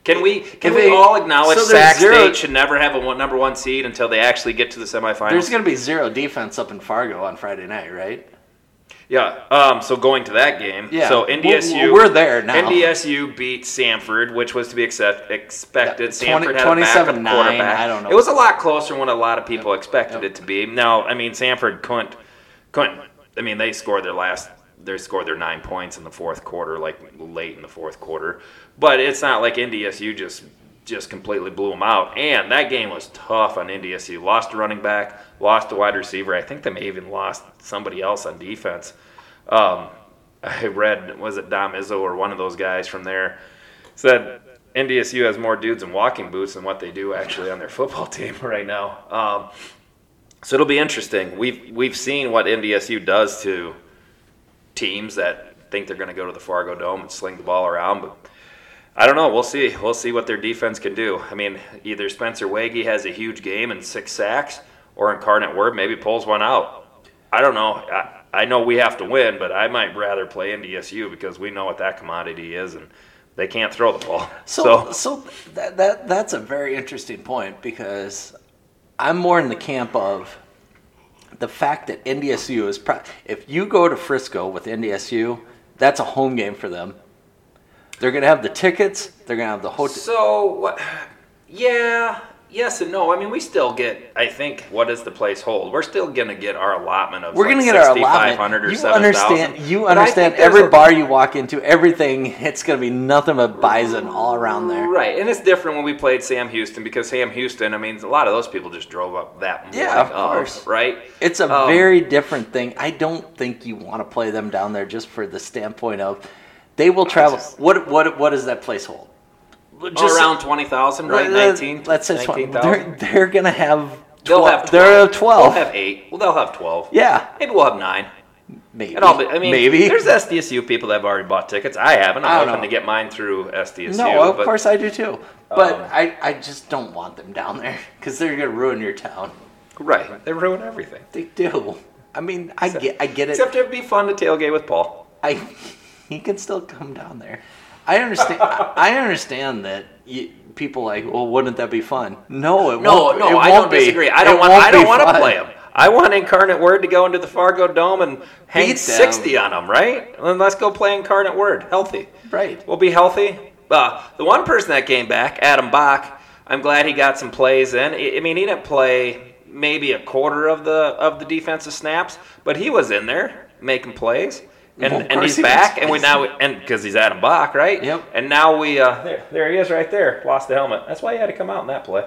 Speaker 1: Can we can
Speaker 2: If
Speaker 1: we
Speaker 2: they-
Speaker 1: all acknowledge
Speaker 2: so there's
Speaker 1: Sac
Speaker 2: zero-
Speaker 1: State should never have a one, number one seed until they actually get to the semifinals?
Speaker 2: There's going to be zero defense up in Fargo on Friday night, right?
Speaker 1: Yeah. Um, so going to that game.
Speaker 2: Yeah.
Speaker 1: So
Speaker 2: We're-
Speaker 1: NDSU.
Speaker 2: we're there now.
Speaker 1: NDSU beat Sanford, which was to be accept, expected.
Speaker 2: Yeah, 20
Speaker 1: Sanford had a backup
Speaker 2: 27-9,
Speaker 1: quarterback.
Speaker 2: I don't know.
Speaker 1: It was a lot closer than what a lot of people expected
Speaker 2: Yep.
Speaker 1: it to be. Now, I mean, Sanford couldn't. Couldn't. I mean, they scored their last. They scored their nine points in the fourth quarter, like late in the fourth quarter. But it's not like NDSU just just completely blew them out. And that game was tough on NDSU. Lost a running back, lost a wide receiver. I think they may even lost somebody else on defense. Um, *laughs* I read, was it Dom Izzo or one of those guys from there said NDSU has more dudes in walking boots than what they do actually on their football *laughs* team right now. Um, so it'll be interesting. We've we've seen what NDSU does to teams that think they're going to go to the Fargo Dome and sling the ball around, but I don't know. We'll see. We'll see what their defense can do. I mean, either Spencer Waggy has a huge game and six sacks, or Incarnate Word maybe pulls one out. I don't know. I, I know we have to win, but I might rather play NDSU because we know what that commodity is, and They can't throw the ball.
Speaker 2: So, so, that, that that's a very interesting point because I'm more in the camp of the fact that NDSU is pro- if you go to Frisco with NDSU, that's a home game for them. They're gonna have the tickets. They're gonna have the hotel.
Speaker 1: So what? Yeah, yes and no. I mean, we still get. I think what does the place hold? We're still gonna get our allotment of.
Speaker 2: We're
Speaker 1: like
Speaker 2: gonna get our
Speaker 1: 6,500
Speaker 2: allotment.
Speaker 1: or
Speaker 2: You
Speaker 1: 7,000.
Speaker 2: understand? You
Speaker 1: But I think
Speaker 2: understand?
Speaker 1: there's
Speaker 2: Every
Speaker 1: a-
Speaker 2: bar you walk into, everything it's gonna be nothing but bison all around there.
Speaker 1: Right, and it's different when we played Sam Houston because Sam Houston. I mean, a lot of those people just drove up that.
Speaker 2: Yeah,
Speaker 1: morning
Speaker 2: of course.
Speaker 1: Right.
Speaker 2: It's a
Speaker 1: Um,
Speaker 2: very different thing. I don't think you want to play them down there just for the standpoint of they will travel.
Speaker 1: just-
Speaker 2: what what what does that place hold?
Speaker 1: Oh, around twenty thousand, right?
Speaker 2: Let-
Speaker 1: Nineteen.
Speaker 2: Let's say 20.
Speaker 1: 19,000?
Speaker 2: They're, they're gonna have. 12,
Speaker 1: They'll have
Speaker 2: They're
Speaker 1: 12.
Speaker 2: at twelve.
Speaker 1: They'll have eight. Well, they'll have twelve.
Speaker 2: yeah,
Speaker 1: Maybe we'll have nine.
Speaker 2: maybe.
Speaker 1: And all, but I mean,
Speaker 2: maybe.
Speaker 1: there's SDSU people that have already bought tickets. I haven't.
Speaker 2: I
Speaker 1: I'm
Speaker 2: don't
Speaker 1: hoping
Speaker 2: know.
Speaker 1: to get mine through SDSU.
Speaker 2: no, of
Speaker 1: but-
Speaker 2: course I do too. But
Speaker 1: Um,
Speaker 2: I, I just don't want them down there because they're gonna ruin your town.
Speaker 1: Right. They ruin everything.
Speaker 2: They do. I mean, I get I get it.
Speaker 1: Except it'd be fun to tailgate with Paul.
Speaker 2: I he can still come down there. I understand. I, I understand that you, people like, well, wouldn't that be fun? No, it won't. it
Speaker 1: I
Speaker 2: won't
Speaker 1: don't
Speaker 2: be.
Speaker 1: disagree. I
Speaker 2: It
Speaker 1: don't want.
Speaker 2: won't
Speaker 1: I don't
Speaker 2: be
Speaker 1: want
Speaker 2: fun.
Speaker 1: to play him. I want Incarnate Word to go into the Fargo Dome and hang
Speaker 2: Beat them.
Speaker 1: 60 on them, right? And then let's go play Incarnate Word, healthy.
Speaker 2: Right.
Speaker 1: We'll be healthy. Uh, the one person that came back, Adam Bach, I'm glad he got some plays in. I I mean, he didn't play maybe a quarter of the of the defensive snaps, but he was in there making plays. And,
Speaker 2: Well, of
Speaker 1: and
Speaker 2: course
Speaker 1: he's
Speaker 2: he
Speaker 1: back,
Speaker 2: was.
Speaker 1: and we now and because he's Adam Bach, right?
Speaker 2: Yep.
Speaker 1: And now we uh, there, there he is right there. Lost the helmet. That's why he had to come out in that play.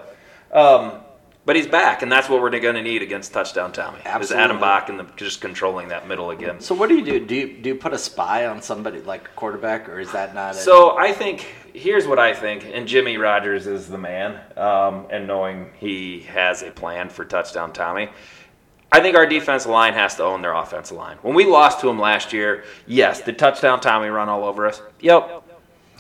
Speaker 1: Um, but he's back, and that's what we're going to need against touchdown Tommy. Is Adam
Speaker 2: Absolutely.
Speaker 1: Bach and the, just controlling that middle again.
Speaker 2: So what do you do? Do you do you put a spy on somebody like a quarterback, or is that not? it?
Speaker 1: So I think here's what I think, and Jimmy Rogers is the man. Um, and knowing he has a plan for touchdown, Tommy. I think our defensive line has to own their offensive line. When we lost to him last year, yes, the touchdown Tommy run all over us. Yep.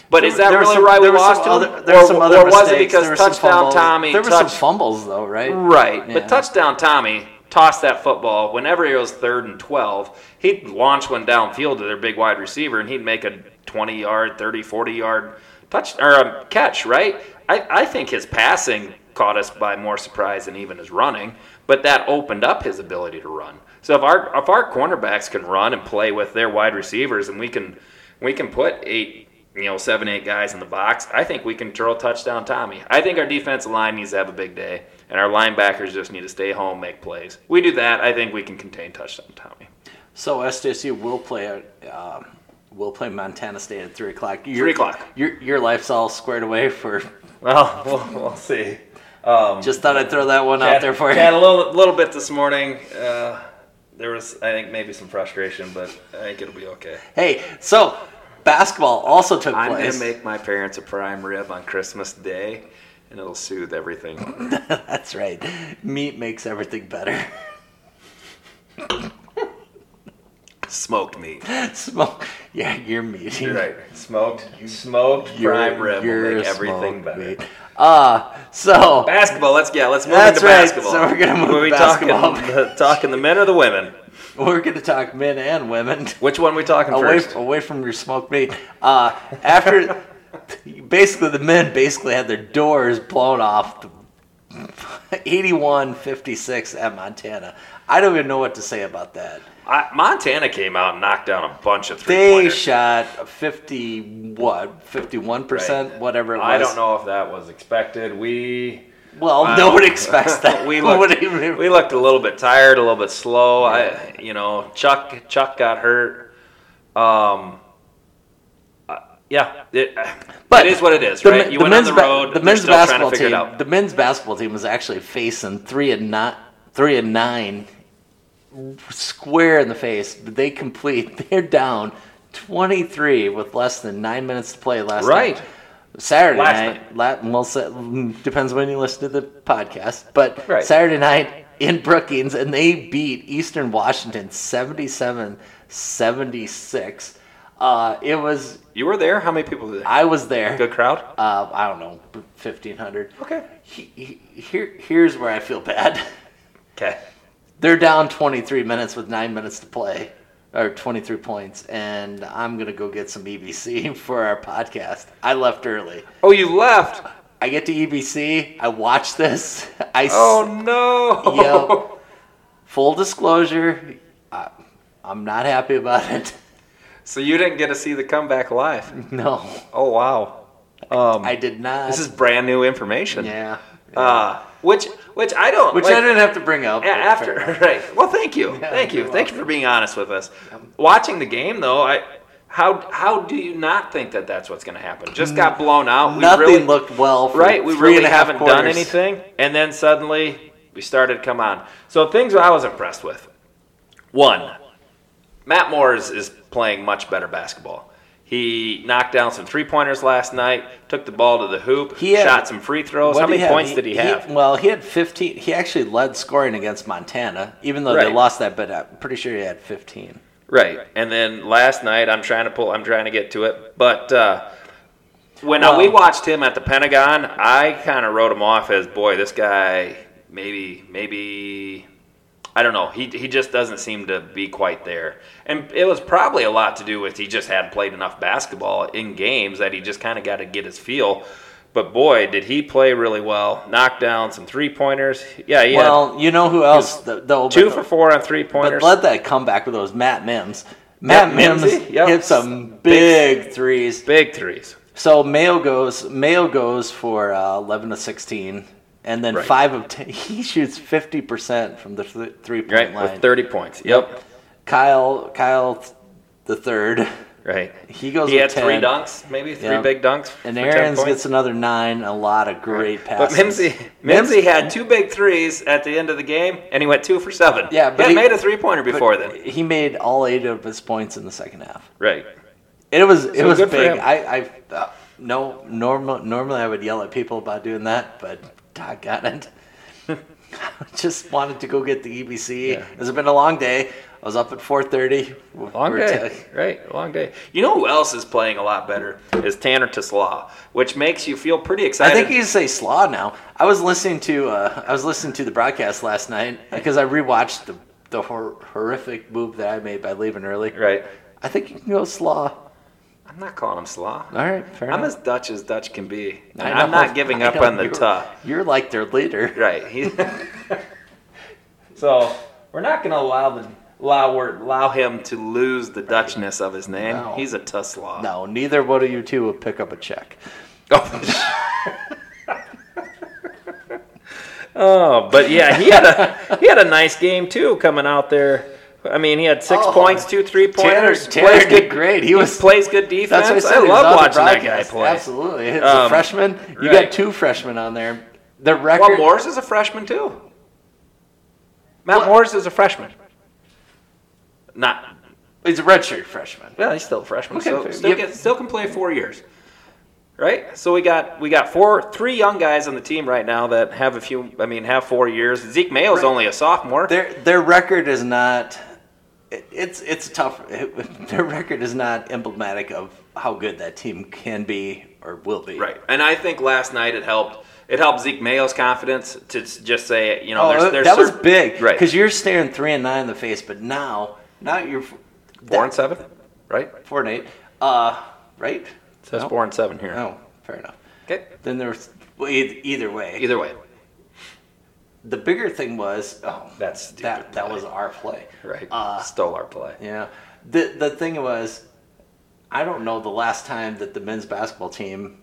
Speaker 1: But is that
Speaker 2: There were
Speaker 1: really
Speaker 2: some-
Speaker 1: right? We
Speaker 2: there were some
Speaker 1: lost to him,
Speaker 2: other- there were
Speaker 1: or,
Speaker 2: some other
Speaker 1: or was it
Speaker 2: mistakes,
Speaker 1: because
Speaker 2: there were some
Speaker 1: touchdown
Speaker 2: fumbles.
Speaker 1: Tommy
Speaker 2: There were some
Speaker 1: touched
Speaker 2: fumbles though, right?
Speaker 1: Right.
Speaker 2: Yeah.
Speaker 1: But touchdown Tommy tossed that football whenever it was third and 12. He'd launch one downfield to their big wide receiver and he'd make a 20 yard, 30, 40 yard touch or um, catch, right? I, I think his passing caught us by more surprise than even his running, but that opened up his ability to run. So if our if our cornerbacks can run and play with their wide receivers and we can we can put eight you know, seven, eight guys in the box. I think we can throw touchdown Tommy. I think our defensive line needs to have a big day, and our linebackers just need to stay home, make plays. We do that, I think we can contain touchdown Tommy.
Speaker 2: So SDSU will play um, will play Montana State at three o'clock. Your,
Speaker 1: 3 o'clock.
Speaker 2: Your your life's all squared away for.
Speaker 1: Well, *laughs* we'll, we'll see.
Speaker 2: Just thought I'd throw that one out there for you.
Speaker 1: Had a little, little bit this morning. Uh, there was, I think, maybe some frustration, but I think it'll be okay.
Speaker 2: Hey, so basketball also took
Speaker 1: I'm going to
Speaker 2: place.
Speaker 1: make my parents a prime rib on Christmas Day, and it'll soothe everything.
Speaker 2: *laughs* That's right. Meat makes everything better. *laughs*
Speaker 1: Smoked meat.
Speaker 2: Smoke. Yeah, you're meat.
Speaker 1: You're right. Smoked, smoked
Speaker 2: *laughs* You're-
Speaker 1: prime rib will
Speaker 2: you're
Speaker 1: make everything
Speaker 2: smoked
Speaker 1: better.
Speaker 2: meat. Uh, so *laughs*
Speaker 1: Basketball. Let's yeah. Let's move
Speaker 2: That's
Speaker 1: into
Speaker 2: right,
Speaker 1: basketball.
Speaker 2: so we're gonna move
Speaker 1: Were we
Speaker 2: basketball.
Speaker 1: talking the, talking the men or the women?
Speaker 2: we're going to talk men and women. *laughs*
Speaker 1: Which one we talking
Speaker 2: Away,
Speaker 1: first?
Speaker 2: away from your smoked meat. Uh, after, *laughs* basically, the men basically had their doors blown off. *laughs* 81-56 at Montana. I don't even know what to say about that.
Speaker 1: I, Montana came out and knocked down a bunch of three
Speaker 2: They
Speaker 1: pointers.
Speaker 2: shot fifty what fifty one percent, whatever it was.
Speaker 1: I don't know if that was expected. We
Speaker 2: Well,
Speaker 1: I
Speaker 2: no
Speaker 1: don't-
Speaker 2: one
Speaker 1: *laughs*
Speaker 2: expects that.
Speaker 1: we
Speaker 2: Who
Speaker 1: looked
Speaker 2: would even-
Speaker 1: we looked a little bit tired, a little bit slow. I you know Chuck Chuck got hurt. Um. uh, Yeah, it,
Speaker 2: But
Speaker 1: it is what it is,
Speaker 2: the,
Speaker 1: right?
Speaker 2: men-
Speaker 1: You
Speaker 2: the
Speaker 1: went on
Speaker 2: men's
Speaker 1: the
Speaker 2: ba-
Speaker 1: road.
Speaker 2: the
Speaker 1: they're
Speaker 2: men's
Speaker 1: still trying
Speaker 2: basketball
Speaker 1: to figure
Speaker 2: team.
Speaker 1: it out.
Speaker 2: The men's basketball team was actually facing three and not three and nine, square in the face. But they complete. *laughs* They're down twenty three with less than nine minutes to play last
Speaker 1: Right.
Speaker 2: night. Saturday
Speaker 1: Last
Speaker 2: night, Lat well, sa- mm, depends when you listen to the podcast, but
Speaker 1: Right.
Speaker 2: Saturday night in Brookings, and they beat Eastern Washington 77 76. Uh, it was,
Speaker 1: You were there. How many people were there?
Speaker 2: I was there
Speaker 1: Good crowd.
Speaker 2: uh, I don't know, fifteen hundred.
Speaker 1: Okay.
Speaker 2: He, he, here, here's where I feel bad. *laughs*
Speaker 1: Okay.
Speaker 2: They're down twenty three minutes with nine minutes to play. or 23 points, and I'm gonna go get some EBC *laughs* for our podcast. I left early.
Speaker 1: Oh, you left.
Speaker 2: I get to EBC. I watch this. *laughs* I s-
Speaker 1: Oh no.
Speaker 2: Yep. full disclosure, I, I'm not happy about it.
Speaker 1: *laughs*
Speaker 2: *laughs*
Speaker 1: So you didn't get to see the comeback live.
Speaker 2: No,
Speaker 1: Oh wow. Um,
Speaker 2: I did not.
Speaker 1: this is brand new information.
Speaker 2: yeah,
Speaker 1: Uh, which which I don't.
Speaker 2: which
Speaker 1: like-
Speaker 2: I didn't have to bring up.
Speaker 1: Yeah,
Speaker 2: but
Speaker 1: after *laughs*
Speaker 2: fair enough.
Speaker 1: right. Well, thank you,
Speaker 2: Yeah,
Speaker 1: thank you,
Speaker 2: you're
Speaker 1: thank you for being honest with us. Watching the game though, I how how do you not think that that's what's going to happen? Just got blown out. We
Speaker 2: Mm, nothing
Speaker 1: really,
Speaker 2: looked well. For
Speaker 1: right. We
Speaker 2: three
Speaker 1: really
Speaker 2: and a half
Speaker 1: haven't done
Speaker 2: quarters.
Speaker 1: anything, and then suddenly we started. to Come on. So things I was impressed with. One, Matt Moores is playing much better basketball. He knocked down some three pointers last night. Took the ball to the hoop.
Speaker 2: He had-
Speaker 1: shot some free throws.
Speaker 2: What
Speaker 1: How
Speaker 2: did
Speaker 1: many
Speaker 2: he have?
Speaker 1: points did he have?
Speaker 2: well, he had 15. He actually led scoring against Montana, even though they
Speaker 1: Right.
Speaker 2: lost that. But I'm pretty sure he had 15.
Speaker 1: Right. And then last night, I'm trying to pull, I'm trying to get to it. But uh, when uh, we
Speaker 2: Well-
Speaker 1: watched him at the Pentagon, I kind of wrote him off as, boy, this guy, maybe, maybe, I don't know. He, he just doesn't seem to be quite there. And it was probably a lot to do with he just hadn't played enough basketball in games that he just kind of got to get his feel. But boy, did he play really well. Knocked down some three pointers. Yeah, he
Speaker 2: Well, you know who else? The, the,
Speaker 1: had two
Speaker 2: but
Speaker 1: for
Speaker 2: the-
Speaker 1: four on three
Speaker 2: But
Speaker 1: pointers.
Speaker 2: let that comeback with those Matt Mims. Matt Mims
Speaker 1: Mimsy, yep.
Speaker 2: hit some
Speaker 1: Big-
Speaker 2: big, threes.
Speaker 1: Big threes.
Speaker 2: So Mayo goes Mayo goes for uh, eleven to sixteen, and then
Speaker 1: Right.
Speaker 2: five of ten. *laughs* He shoots fifty percent from the th- three point
Speaker 1: Right,
Speaker 2: line.
Speaker 1: with 30 points. Yep.
Speaker 2: Kyle Kyle the third,
Speaker 1: Right.
Speaker 2: He goes
Speaker 1: He
Speaker 2: with
Speaker 1: had three
Speaker 2: 10.
Speaker 1: dunks, maybe three
Speaker 2: Yeah.
Speaker 1: big dunks. for
Speaker 2: and
Speaker 1: 10
Speaker 2: Aaron's
Speaker 1: points.
Speaker 2: gets another nine. A lot of great
Speaker 1: But
Speaker 2: passes.
Speaker 1: Mimsy, Mimsy had two big threes at the end of the game, and he went two for seven.
Speaker 2: Yeah,
Speaker 1: he
Speaker 2: but
Speaker 1: had
Speaker 2: he-
Speaker 1: made a three pointer
Speaker 2: but
Speaker 1: before then.
Speaker 2: he made all eight of his points in the second half.
Speaker 1: Right.
Speaker 2: It was it
Speaker 1: So
Speaker 2: was
Speaker 1: good for
Speaker 2: big.
Speaker 1: him.
Speaker 2: I I uh, no normal normally I would yell at people about doing that, but doggone it. *laughs* I just wanted to go get the EBC.
Speaker 1: Yeah.
Speaker 2: It's been a long day. I was up at 4:30.
Speaker 1: Long
Speaker 2: We're
Speaker 1: day.
Speaker 2: t-
Speaker 1: right. Long day. You know who else is playing a lot better is Tanner Tislaw, which makes you feel pretty
Speaker 2: I
Speaker 1: excited.
Speaker 2: think you say slaw now. I was listening to uh, I was listening to the broadcast last night because I rewatched the the hor- horrific move that I made by leaving early.
Speaker 1: Right.
Speaker 2: I think you can go slaw.
Speaker 1: I'm not calling him Slaw.
Speaker 2: All right, fair
Speaker 1: I'm
Speaker 2: enough.
Speaker 1: as Dutch as Dutch can be. And
Speaker 2: I
Speaker 1: I'm
Speaker 2: know.
Speaker 1: not giving
Speaker 2: I
Speaker 1: up
Speaker 2: know.
Speaker 1: on the
Speaker 2: You're-
Speaker 1: tough.
Speaker 2: You're like their leader.
Speaker 1: Right. He, *laughs* so we're not going to allow the allow, we're- allow him to lose the Dutchness of his name.
Speaker 2: No.
Speaker 1: He's a Tuslaw.
Speaker 2: No, neither one of you two will pick up a check.
Speaker 1: Oh. oh, but yeah, he had
Speaker 2: *laughs*
Speaker 1: a he had a nice game too coming out there. I mean, he had six
Speaker 2: Oh.
Speaker 1: points, two three pointers.
Speaker 2: Tanner did great. He was-
Speaker 1: plays good defense.
Speaker 2: That's what I said. he was
Speaker 1: love
Speaker 2: on the
Speaker 1: watching that guy
Speaker 2: broadcast.
Speaker 1: play.
Speaker 2: Absolutely, it's
Speaker 1: Um,
Speaker 2: a freshman. You
Speaker 1: right.
Speaker 2: got two freshmen on there. The
Speaker 1: Well,
Speaker 2: record.
Speaker 1: Morris is a freshman too. Matt
Speaker 2: What?
Speaker 1: Morris is a freshman. Not
Speaker 2: He's a redshirt freshman.
Speaker 1: Well, he's still a freshman.
Speaker 2: Okay,
Speaker 1: so
Speaker 2: fair.
Speaker 1: still,
Speaker 2: Yep.
Speaker 1: get, still can play four years, right? So we got we got four, three young guys on the team right now that have a few. I mean, have four years. Zeke Mayo's
Speaker 2: Right.
Speaker 1: only a sophomore.
Speaker 2: Their their record is not. it- It's it's tough. *laughs* their record is not emblematic of how good that team can be or will be.
Speaker 1: right, and I think last night it helped. It helped Zeke Mayo's confidence to s- just say, you know,
Speaker 2: Oh,
Speaker 1: there's, there's
Speaker 2: that was
Speaker 1: cer-
Speaker 2: big.
Speaker 1: Right,
Speaker 2: Because you're staring three and nine in the face, but now now you're f-
Speaker 1: four and
Speaker 2: that-
Speaker 1: seven, right?
Speaker 2: four and eight. Uh, right.
Speaker 1: It says
Speaker 2: No?
Speaker 1: four and seven here.
Speaker 2: Oh, fair enough.
Speaker 1: Okay,
Speaker 2: Then there's well, eith- either way.
Speaker 1: either way,
Speaker 2: The bigger thing was oh,
Speaker 1: That's stupid
Speaker 2: that that
Speaker 1: play.
Speaker 2: was our play.
Speaker 1: right?
Speaker 2: Uh,
Speaker 1: Stole our play.
Speaker 2: yeah. The the thing was, I don't know the last time that the men's basketball team,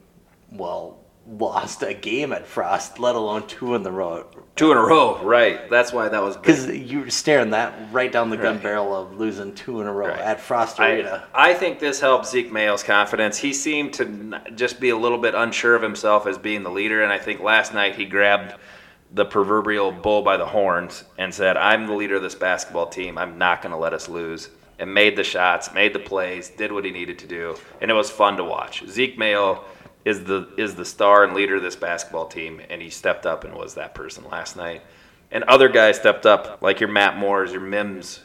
Speaker 2: well, lost a game at Frost, let alone two in the row.
Speaker 1: Two in a row, right? That's why that was big.
Speaker 2: Because you were staring that right down the gun
Speaker 1: Right.
Speaker 2: barrel of losing two in a row
Speaker 1: Right.
Speaker 2: at Frost
Speaker 1: I,
Speaker 2: Arena.
Speaker 1: I think this helped Zeke Mayo's confidence. He seemed to n- just be a little bit unsure of himself as being the leader, and I think last night he grabbed the proverbial bull by the horns and said, "I'm the leader of this basketball team. I'm not going to let us lose." And made the shots, made the plays, did what he needed to do, and it was fun to watch. Zeke Mayo is the is the star and leader of this basketball team, and he stepped up and was that person last night. And other guys stepped up, like your Matt Moores, your Mims,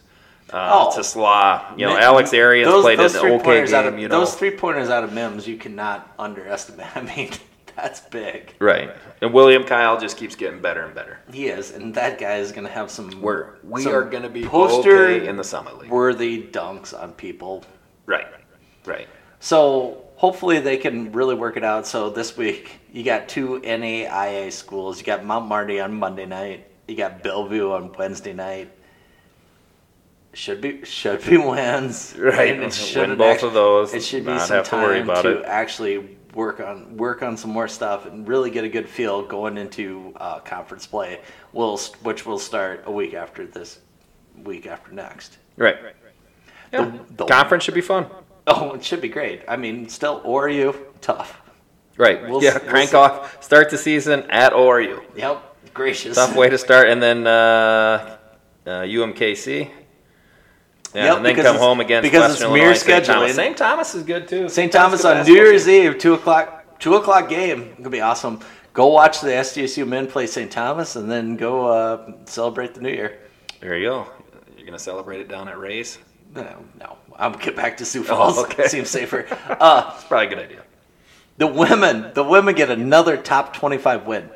Speaker 1: uh,
Speaker 2: Oh.
Speaker 1: to Slaw, you know,
Speaker 2: Mi-
Speaker 1: Alex Arians
Speaker 2: those,
Speaker 1: played
Speaker 2: those
Speaker 1: an
Speaker 2: three
Speaker 1: okay
Speaker 2: pointers
Speaker 1: game,
Speaker 2: out of,
Speaker 1: you know.
Speaker 2: Those three pointers out of Mims, you cannot underestimate. *laughs* I mean, That's big.
Speaker 1: Right. And William Kyle just keeps getting better and better.
Speaker 2: He is, and that guy is going to have some
Speaker 1: We're we
Speaker 2: some
Speaker 1: are going to be
Speaker 2: poster
Speaker 1: okay in the summit league.
Speaker 2: worthy dunks on people.
Speaker 1: Right. Right.
Speaker 2: So hopefully they can really work it out. So this week you got two NAIA schools. You got Mount Marty on Monday night. You got Bellevue on Wednesday night. Should be should be wins.
Speaker 1: *laughs* Right.
Speaker 2: And
Speaker 1: Win
Speaker 2: it should
Speaker 1: both of those,
Speaker 2: It should be
Speaker 1: not
Speaker 2: some
Speaker 1: have to worry
Speaker 2: time
Speaker 1: about
Speaker 2: to
Speaker 1: it.
Speaker 2: actually work on work on some more stuff and really get a good feel going into uh, conference play. Will which will start a week after this week after next.
Speaker 1: Right. Yeah.
Speaker 2: the-
Speaker 1: Conference should be fun.
Speaker 2: Oh, it should be great. I mean, still Oreo tough.
Speaker 1: Right.
Speaker 2: We'll
Speaker 1: yeah.
Speaker 2: s- we'll
Speaker 1: crank
Speaker 2: see.
Speaker 1: off. Start the season at ORU.
Speaker 2: Yep, gracious.
Speaker 1: Tough
Speaker 2: *laughs*
Speaker 1: way to start, and then uh, uh, UMKC. Yeah,
Speaker 2: Yep,
Speaker 1: and then
Speaker 2: because
Speaker 1: come
Speaker 2: it's-
Speaker 1: home against
Speaker 2: because
Speaker 1: Western
Speaker 2: it's mere
Speaker 1: Illinois, St. Thomas.
Speaker 2: scheduling.
Speaker 1: St. Thomas is good too.
Speaker 2: St. Thomas on New Year's Eve, two o'clock. Two o'clock game. It's gonna be awesome. Go watch the SDSU men play St. Thomas, and then go uh, celebrate the New Year.
Speaker 1: There you go. You're gonna celebrate it down at Ray's.
Speaker 2: No, no, I'm get back to Sioux Falls.
Speaker 1: Oh, okay.
Speaker 2: *laughs* Seems safer. Uh,
Speaker 1: That's probably a good idea.
Speaker 2: the women, the women get another top 25 win.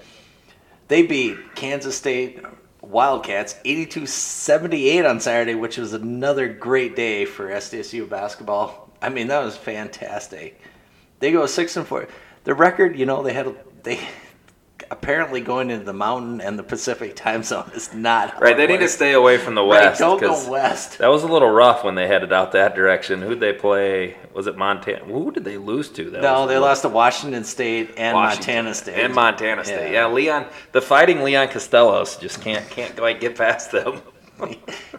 Speaker 2: They beat Kansas State Wildcats 82-78 on Saturday, which was another great day for SDSU basketball. I mean, that was fantastic. They go six and four. The record, you know, they had a, they apparently going into the mountain and the Pacific time zone is not how
Speaker 1: Right.
Speaker 2: it
Speaker 1: They need to
Speaker 2: works.
Speaker 1: stay away from the
Speaker 2: Right,
Speaker 1: west.
Speaker 2: Don't go
Speaker 1: 'cause
Speaker 2: west.
Speaker 1: That was a little rough when they headed out that direction. Who'd they play? Was it Montana? Who did they lose to? That
Speaker 2: No,
Speaker 1: was
Speaker 2: they
Speaker 1: a-
Speaker 2: lost to Washington State and
Speaker 1: Washington
Speaker 2: Montana State.
Speaker 1: And Montana State. Yeah. Leon, the fighting Leon Costellos just can't can't quite get past
Speaker 2: *laughs*
Speaker 1: them.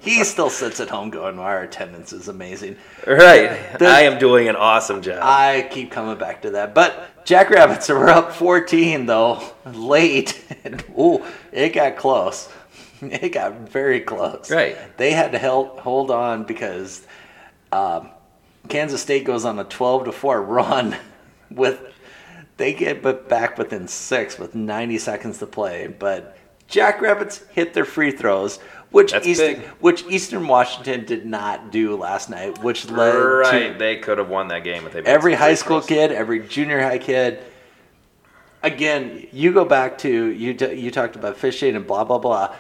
Speaker 2: he still sits at home going, "Our attendance is amazing."
Speaker 1: right.
Speaker 2: The-
Speaker 1: I am doing an awesome job.
Speaker 2: I keep coming back to that. But Jackrabbits were up 14 though, late. *laughs* And, ooh, it got close. *laughs* It got very close.
Speaker 1: Right.
Speaker 2: They had to help hold on because um, Kansas State goes on a 12 to 4 *laughs* run with they get but back within 6 with 90 seconds to play, but Jackrabbits hit their free throws, which
Speaker 1: That's
Speaker 2: Eastern,
Speaker 1: big.
Speaker 2: which Eastern Washington did not do last night, which led to
Speaker 1: right. they could have won that game if they made
Speaker 2: every
Speaker 1: some
Speaker 2: high
Speaker 1: free
Speaker 2: school
Speaker 1: throws.
Speaker 2: kid, every junior high kid. Again, you go back to you. T- you talked about officiating and blah blah blah.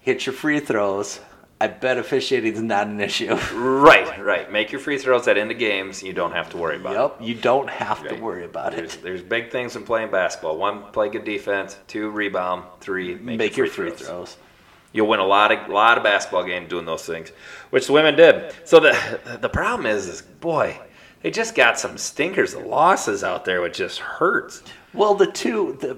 Speaker 2: Hit your free throws. I bet officiating's not an issue. *laughs*
Speaker 1: Right, right. Make your free throws at end of games. You don't have to worry about
Speaker 2: yep, you don't have to
Speaker 1: Right.
Speaker 2: worry about
Speaker 1: it. There's,
Speaker 2: it.
Speaker 1: there's big things in playing basketball. One, play good defense. Two, rebound. Three, make,
Speaker 2: Make
Speaker 1: your
Speaker 2: your free throws.
Speaker 1: You'll win a lot of lot of basketball games doing those things, which the women did. So the the problem is, is boy, they just got some stinkers of losses out there, which just hurts.
Speaker 2: Well, the two, the,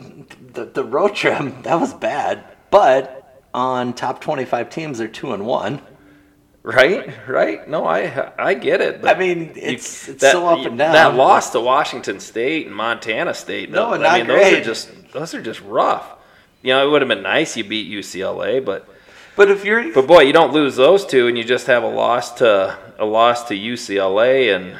Speaker 2: the the road trip that was bad, but on top twenty-five teams, they're two and one.
Speaker 1: Right, right. No, I I get it. But
Speaker 2: I mean,
Speaker 1: you-
Speaker 2: it's- it's so up and down.
Speaker 1: That loss to Washington State and Montana State.
Speaker 2: No,
Speaker 1: though,
Speaker 2: not
Speaker 1: I mean, Those are
Speaker 2: great.
Speaker 1: just those are just rough. You know, it would have been nice you beat UCLA, but
Speaker 2: But if you're
Speaker 1: but boy, you don't lose those two, and you just have a loss to a loss to UCLA, and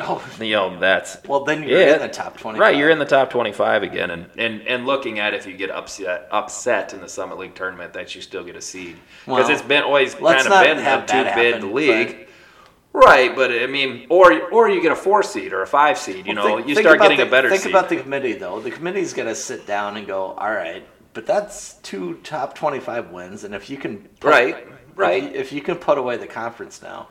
Speaker 2: oh,
Speaker 1: you know that's
Speaker 2: well, then you're
Speaker 1: Yeah.
Speaker 2: in the top twenty.
Speaker 1: Right, you're in the top 25 again, and, and, and looking at if you get upset upset in the Summit League tournament, that you still get a seed because
Speaker 2: Well,
Speaker 1: it's been always
Speaker 2: let's
Speaker 1: kind of
Speaker 2: not
Speaker 1: been
Speaker 2: have
Speaker 1: the two
Speaker 2: that
Speaker 1: bid
Speaker 2: happen,
Speaker 1: league. Right, but I mean, or or you get a four seed or a five seed. You know,
Speaker 2: Think-
Speaker 1: you
Speaker 2: think
Speaker 1: start
Speaker 2: about
Speaker 1: getting
Speaker 2: the-
Speaker 1: a better
Speaker 2: Think
Speaker 1: seed.
Speaker 2: about the committee, though. The committee's got to sit down and go, all right, but that's two top 25 wins, and if you can. put-
Speaker 1: Right, right.
Speaker 2: If, if you can put away the conference now.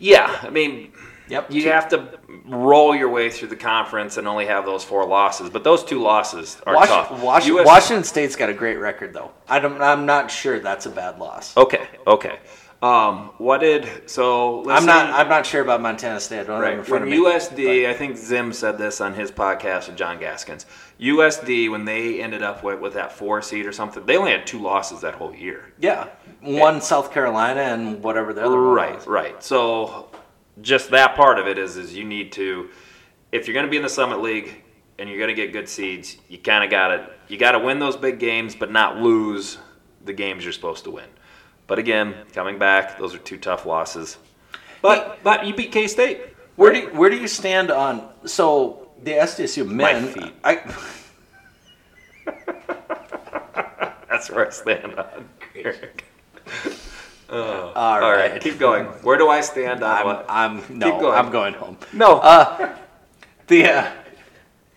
Speaker 1: yeah, I mean,
Speaker 2: Yep.
Speaker 1: you
Speaker 2: two-
Speaker 1: have to roll your way through the conference and only have those four losses. But those two losses are
Speaker 2: Wash-
Speaker 1: tough.
Speaker 2: Wash-
Speaker 1: US
Speaker 2: Washington State's got a great record, though. I don't, I'm not sure that's a bad loss.
Speaker 1: Okay, okay. Um, what did so? Let's
Speaker 2: I'm not.
Speaker 1: say-
Speaker 2: I'm not sure about Montana State. I don't have it in
Speaker 1: Right.
Speaker 2: front
Speaker 1: When
Speaker 2: of me.
Speaker 1: USD, I think Zim said this on his podcast with John Gaskins. USD, when they ended up with, with that four seed or something, they only had two losses that whole year.
Speaker 2: yeah, one South Carolina and whatever the other one
Speaker 1: Right,
Speaker 2: was.
Speaker 1: right. So just that part of it is is you need to if you're going to be in the Summit League and you're going to get good seeds, you kind of got to you got to win those big games but not lose the games you're supposed to win. But again, coming back, those are two tough losses. But but you beat K-State.
Speaker 2: Where do you, where do you stand on so the SDSU men?
Speaker 1: feet.
Speaker 2: I,
Speaker 1: That's where I stand on. *laughs* Eric.
Speaker 2: Oh, all
Speaker 1: All
Speaker 2: right.
Speaker 1: right, keep going. Where do I stand on
Speaker 2: I'm,
Speaker 1: what?
Speaker 2: I'm no, uh,
Speaker 1: going.
Speaker 2: I'm going home.
Speaker 1: No,
Speaker 2: Uh, the uh,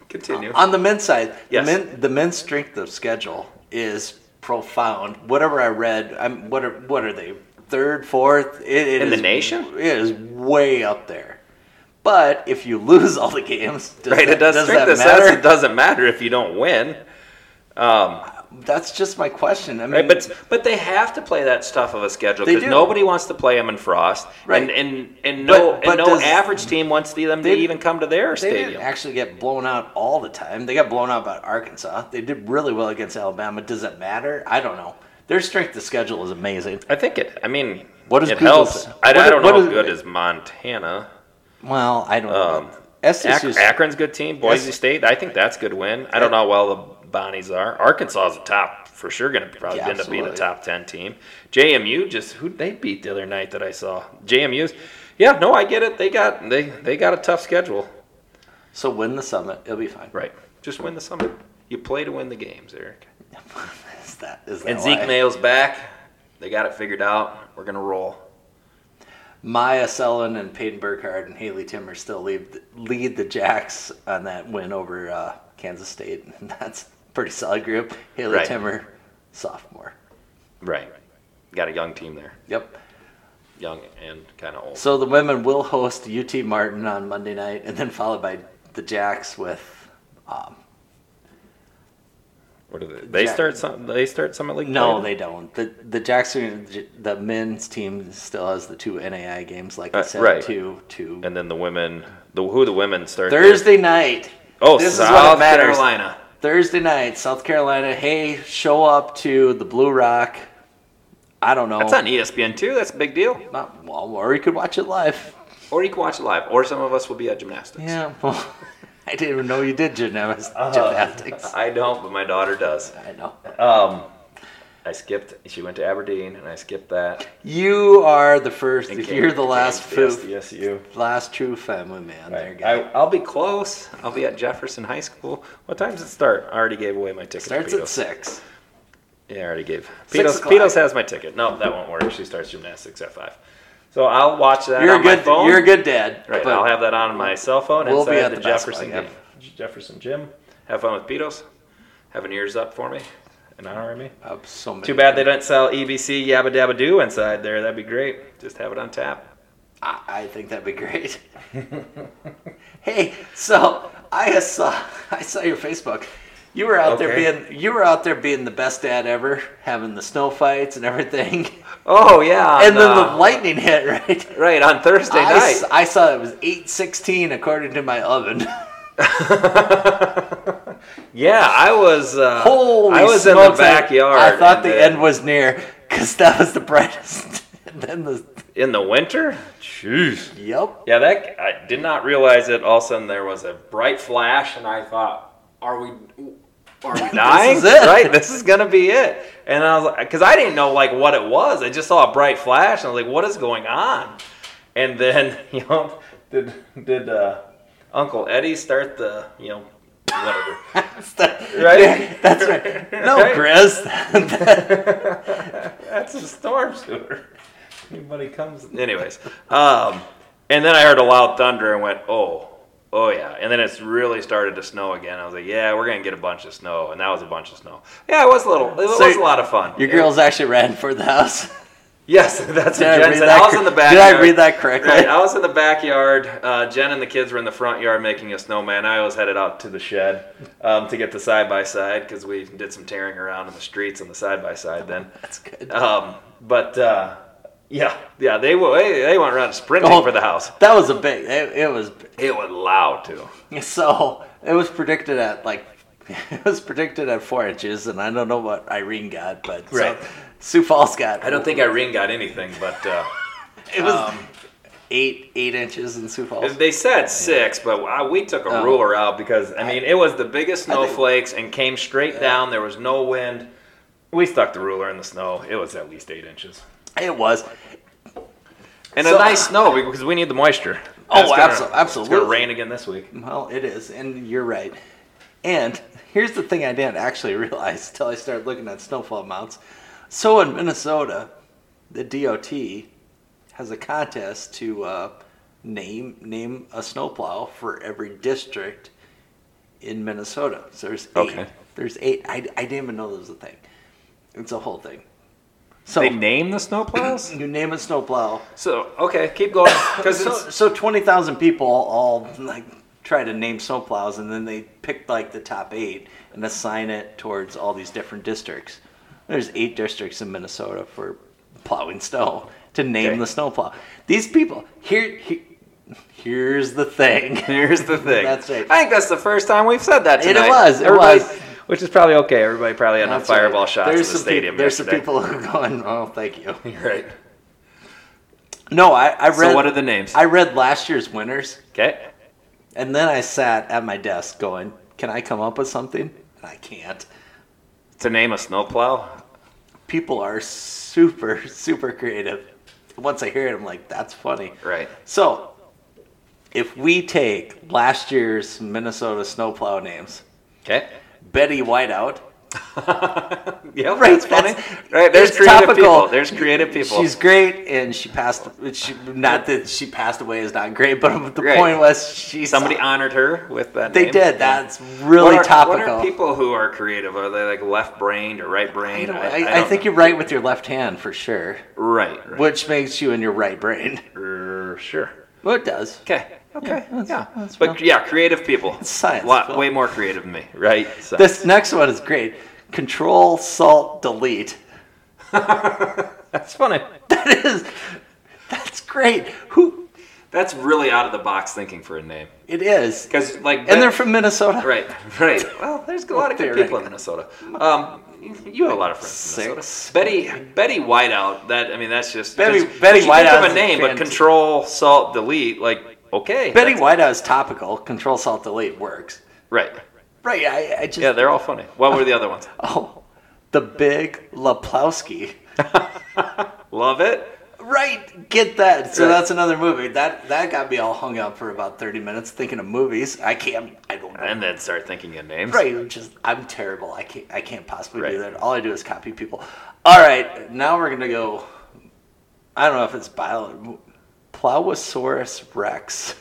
Speaker 1: Continue.
Speaker 2: On the men's side,
Speaker 1: Yes.
Speaker 2: the, men, the men's strength of schedule is profound. Whatever I read, I'm what are what are they? Third, fourth? It, it
Speaker 1: In the
Speaker 2: is-
Speaker 1: nation?
Speaker 2: it is way up there. But if you *laughs* lose all the games, does
Speaker 1: right,
Speaker 2: that,
Speaker 1: it does,
Speaker 2: does
Speaker 1: strength
Speaker 2: that
Speaker 1: of schedule
Speaker 2: matter?
Speaker 1: doesn't matter if you don't win.
Speaker 2: That's just my question. I mean,
Speaker 1: Right, but but they have to play that stuff of a schedule
Speaker 2: Mm. They
Speaker 1: because
Speaker 2: do.
Speaker 1: nobody wants to play them in frost.
Speaker 2: Right.
Speaker 1: and and, and no
Speaker 2: But- but
Speaker 1: and no
Speaker 2: does-
Speaker 1: average team wants to them
Speaker 2: They-
Speaker 1: to even come to their
Speaker 2: they
Speaker 1: stadium.
Speaker 2: didn't actually get blown out all the time. They got blown out by Arkansas. They did really well against Alabama. Does it matter? I don't know. Their strength of schedule is amazing.
Speaker 1: I think it. I mean,
Speaker 2: What does
Speaker 1: it
Speaker 2: Google
Speaker 1: helps.
Speaker 2: say?
Speaker 1: I,
Speaker 2: What-
Speaker 1: I don't
Speaker 2: what
Speaker 1: know
Speaker 2: is-
Speaker 1: how good is Montana.
Speaker 2: Well, I don't know.
Speaker 1: Um, Ac-
Speaker 2: SDSU 's-
Speaker 1: Akron's a good team. Boise
Speaker 2: Yes.
Speaker 1: State. I think that's a good win. I don't know how well the Bonnies are. Arkansas is a top for sure. Going to probably
Speaker 2: Yeah,
Speaker 1: end up being a
Speaker 2: absolutely.
Speaker 1: top ten team. JMU just who they beat the other night that I saw. JMU's. Yeah, no, I get it. They got they they got a tough schedule.
Speaker 2: So win the summit. It'll be fine.
Speaker 1: Right. Just win the summit. You play to win the games, Eric.
Speaker 2: *laughs* Is that is that
Speaker 1: And
Speaker 2: why?
Speaker 1: Zeke Mayo's back. They got it figured out. We're gonna roll.
Speaker 2: Maya Sellen and Peyton Burkhardt and Haley Timmer still lead lead the Jacks on that win over uh, Kansas State, *laughs* and that's a pretty solid group. Haley
Speaker 1: Right.
Speaker 2: Timmer, sophomore.
Speaker 1: Right. Got a young team there.
Speaker 2: Yep.
Speaker 1: Young and kind of old.
Speaker 2: So the women will host UT Martin on Monday night, and then followed by the Jacks with. Um,
Speaker 1: What are they? They
Speaker 2: Jack-
Speaker 1: start some. They start summit league.
Speaker 2: no,
Speaker 1: play?
Speaker 2: they don't. the The Jacks are the men's team still has the two NAI games, like I
Speaker 1: Uh,
Speaker 2: said,
Speaker 1: right.
Speaker 2: two two
Speaker 1: And then the women. The who the women start. their-
Speaker 2: Thursday night.
Speaker 1: Oh,
Speaker 2: This is what
Speaker 1: South
Speaker 2: matters.
Speaker 1: Carolina.
Speaker 2: Thursday night, South Carolina. Hey, show up to the Blue Rock. I don't know.
Speaker 1: That's on E ESPN too. That's a big deal.
Speaker 2: Not- well, or you could watch it live.
Speaker 1: Or you can watch it live. Or some of us will be at gymnastics.
Speaker 2: Yeah. Well, *laughs* I didn't even know you did gymnastics.
Speaker 1: Uh-huh.
Speaker 2: gymnastics.
Speaker 1: Uh, I don't, but my daughter does.
Speaker 2: I know.
Speaker 1: Um, I skipped. She went to Aberdeen, and I skipped that.
Speaker 2: You are the first.
Speaker 1: And came-
Speaker 2: You're the last
Speaker 1: came to
Speaker 2: foo-
Speaker 1: SDSU.
Speaker 2: last true family man. There,
Speaker 1: Right.
Speaker 2: guy.
Speaker 1: I, I'll be close. I'll be at Jefferson High School. What time does it start? I already gave away my ticket. to
Speaker 2: Starts at
Speaker 1: Pedos.
Speaker 2: six.
Speaker 1: Yeah, I already gave.
Speaker 2: Six
Speaker 1: Pedos,
Speaker 2: o'clock.
Speaker 1: Pedos has my ticket. No, that won't work. She starts gymnastics at five. So I'll watch that
Speaker 2: You're
Speaker 1: on
Speaker 2: a
Speaker 1: my
Speaker 2: good.
Speaker 1: phone.
Speaker 2: You're a good dad.
Speaker 1: Right,
Speaker 2: but
Speaker 1: I'll have that on my cell phone
Speaker 2: We'll be
Speaker 1: inside
Speaker 2: at
Speaker 1: the,
Speaker 2: the basketball
Speaker 1: Jefferson
Speaker 2: game.
Speaker 1: gym- Jefferson gym. Have fun with Pedos. Have an ears up for me, and honor me.
Speaker 2: I have so many.
Speaker 1: Too bad they don't sell E EBC Yabba Dabba Doo inside there. That'd be great. Just have it on tap.
Speaker 2: I, I think that'd be great. *laughs* hey, so I saw *laughs* I saw your Facebook. You were out there
Speaker 1: Okay.
Speaker 2: being you were out there being the best dad ever, having the snow fights and everything.
Speaker 1: Oh yeah, on,
Speaker 2: And then the
Speaker 1: uh,
Speaker 2: lightning hit, right?
Speaker 1: right on Thursday
Speaker 2: I,
Speaker 1: night.
Speaker 2: s- I saw it was eight sixteen according to my oven.
Speaker 1: *laughs* Yeah, I was. Uh,
Speaker 2: Holy
Speaker 1: I was in the
Speaker 2: smokes,
Speaker 1: backyard.
Speaker 2: I, I thought
Speaker 1: and
Speaker 2: the
Speaker 1: then
Speaker 2: end was near because that was the brightest. *laughs* and then the
Speaker 1: in the winter. Jeez.
Speaker 2: yep.
Speaker 1: Yeah, that I did not realize it. All of a sudden, there was a bright flash, and I thought, "Are we, are
Speaker 2: *laughs*
Speaker 1: we dying?
Speaker 2: is it.
Speaker 1: *laughs* Right? This is gonna be it." And I was like, because I didn't know like what it was. I just saw a bright flash, and I was like, "What is going on?" And then *laughs* you know, did did uh, Uncle Eddie start the you know whatever?
Speaker 2: *laughs* That's the-
Speaker 1: Right?
Speaker 2: *laughs* That's right.
Speaker 1: *laughs*
Speaker 2: No,
Speaker 1: Right?
Speaker 2: Chris. *laughs*
Speaker 1: *laughs* That's a storm sewer. Anybody comes. Anyways, um, and then I heard a loud thunder and went, oh, oh yeah. And then it's really started to snow again. I was like, yeah, we're gonna get a bunch of snow, and that was a bunch of snow. Yeah, it was a little. It
Speaker 2: So
Speaker 1: was a lot of fun.
Speaker 2: Your
Speaker 1: Yeah.
Speaker 2: girls actually ran for the house. *laughs*
Speaker 1: Yes, *laughs* that's
Speaker 2: Did I
Speaker 1: what Jen
Speaker 2: read
Speaker 1: said.
Speaker 2: that
Speaker 1: I was
Speaker 2: cor-
Speaker 1: in the
Speaker 2: did I
Speaker 1: backyard.
Speaker 2: read that correctly?
Speaker 1: Right, I was in the backyard. Uh, Jen and the kids were in the front yard making a snowman. I was headed out to the shed um, to get the side by side because we did some tearing around in the streets on the side by side then.
Speaker 2: That's good.
Speaker 1: Um, but uh, yeah, yeah, they were they, they went around sprinting
Speaker 2: Oh.
Speaker 1: for the house.
Speaker 2: That was a big. It, it was
Speaker 1: It was loud too.
Speaker 2: so. It was predicted at like. *laughs* It was predicted at four inches, and I don't know what Irene got, but so
Speaker 1: Right.
Speaker 2: Sioux Falls got.
Speaker 1: I don't think Irene got anything, but uh, *laughs*
Speaker 2: it was eight eight inches in Sioux Falls.
Speaker 1: they said six. But I, we took a
Speaker 2: Oh.
Speaker 1: ruler out because I mean it was the biggest
Speaker 2: think-
Speaker 1: snowflakes and came straight down. There was no wind. We stuck the ruler in the snow. It was at least eight inches.
Speaker 2: It was.
Speaker 1: And
Speaker 2: So-
Speaker 1: a nice snow because we need the moisture.
Speaker 2: Oh,
Speaker 1: It's gonna-
Speaker 2: abso-
Speaker 1: It's
Speaker 2: absolutely.
Speaker 1: gonna rain again this week.
Speaker 2: Well, it is, and you're right. And here's the thing I didn't actually *laughs* realize until I started looking at snowfall amounts. So in Minnesota, the DOT has a contest to uh, name name a snowplow for every district in Minnesota. So there's eight.
Speaker 1: Okay.
Speaker 2: There's eight. I, I didn't even know there was a thing. It's a whole thing. So
Speaker 1: They name the
Speaker 2: *clears throat*
Speaker 1: snowplows?
Speaker 2: you name a snowplow.
Speaker 1: so, okay, keep going. Because
Speaker 2: *coughs* So, so twenty thousand people all like try to name snowplows, and then they pick like the top eight and assign it towards all these different districts. There's eight districts in Minnesota for plowing snow to name
Speaker 1: Okay.
Speaker 2: the snowplow. These people here, he- here's the
Speaker 1: *laughs*
Speaker 2: thing. *laughs*
Speaker 1: here's the thing.
Speaker 2: That's right.
Speaker 1: I think that's the first time we've said that
Speaker 2: It
Speaker 1: tonight.
Speaker 2: was, it
Speaker 1: Everybody-
Speaker 2: was.
Speaker 1: Which is probably okay. Everybody probably had enough
Speaker 2: That's right.
Speaker 1: fireball shots in the
Speaker 2: some peop-
Speaker 1: stadium
Speaker 2: there's some
Speaker 1: yesterday.
Speaker 2: people *laughs* who are going, oh, thank you. *laughs*
Speaker 1: Right.
Speaker 2: No, I, I read.
Speaker 1: So what are the names?
Speaker 2: I read last year's winners,
Speaker 1: Okay.
Speaker 2: and then I sat at my desk going, "Can I come up with something?" And I can't.
Speaker 1: To name a snowplow?
Speaker 2: People are super, *laughs* super creative. Once I hear it, I'm like, "That's funny."
Speaker 1: Right.
Speaker 2: So, if we take last year's Minnesota snowplow names,
Speaker 1: Okay.
Speaker 2: Betty Whiteout,
Speaker 1: Yeah,
Speaker 2: Right,
Speaker 1: That's
Speaker 2: *laughs*
Speaker 1: funny.
Speaker 2: that's-
Speaker 1: right. There's
Speaker 2: it's
Speaker 1: creative
Speaker 2: topical.
Speaker 1: people. There's creative people.
Speaker 2: She's great, and she passed. She, not that she passed away is not great, but the
Speaker 1: Right.
Speaker 2: point was she.
Speaker 1: Somebody honored her with that.
Speaker 2: They
Speaker 1: name.
Speaker 2: did. That's
Speaker 1: what
Speaker 2: really
Speaker 1: are,
Speaker 2: topical.
Speaker 1: What are people who are creative? Are they like left-brained or
Speaker 2: I,
Speaker 1: right-brained?
Speaker 2: don't- I- I
Speaker 1: don't
Speaker 2: think
Speaker 1: know.
Speaker 2: you write with your left hand for sure,
Speaker 1: right. right.
Speaker 2: which makes you in your right brain. *laughs*
Speaker 1: Er, sure.
Speaker 2: Well, it does.
Speaker 1: Okay. Okay. Yeah.
Speaker 2: that's- that's
Speaker 1: but
Speaker 2: real.
Speaker 1: yeah, creative people. It's
Speaker 2: science,
Speaker 1: Lot,
Speaker 2: Phil.
Speaker 1: way more creative than me, right? So.
Speaker 2: This next one is great. Control, salt, delete.
Speaker 1: that's funny.
Speaker 2: That is, that's great. Who?
Speaker 1: That's really out of the box thinking for a name.
Speaker 2: It is.
Speaker 1: Because like,
Speaker 2: And they're
Speaker 1: that-
Speaker 2: from Minnesota.
Speaker 1: right, *laughs* right. Well, there's a lot of good people in Minnesota. Um, you have a lot of friends. In Minnesota.
Speaker 2: Six.
Speaker 1: Betty Betty Whiteout. That I mean, that's just
Speaker 2: Betty-
Speaker 1: 'cause-
Speaker 2: Betty
Speaker 1: 'cause you think
Speaker 2: Whiteout's
Speaker 1: of a name, but
Speaker 2: fantastic.
Speaker 1: Control Salt Delete. Like, okay,
Speaker 2: Betty
Speaker 1: that's-
Speaker 2: Whiteout is topical. Control, salt, delete works.
Speaker 1: Right.
Speaker 2: Right. I, I just.
Speaker 1: Yeah, they're all funny. What were the other *laughs* ones?
Speaker 2: Oh, the big Laplowski.
Speaker 1: Love it.
Speaker 2: Right, get that. So
Speaker 1: Right.
Speaker 2: that's another movie. That that got me all hung up for about thirty minutes thinking of movies. I can't. I don't. Know.
Speaker 1: And then start thinking of names.
Speaker 2: Right, I'm just I'm terrible. I can't. I can't possibly do
Speaker 1: Right.
Speaker 2: that. All I do is copy people. All right, now we're gonna go. I don't know if it's bio. Plowosaurus Rex.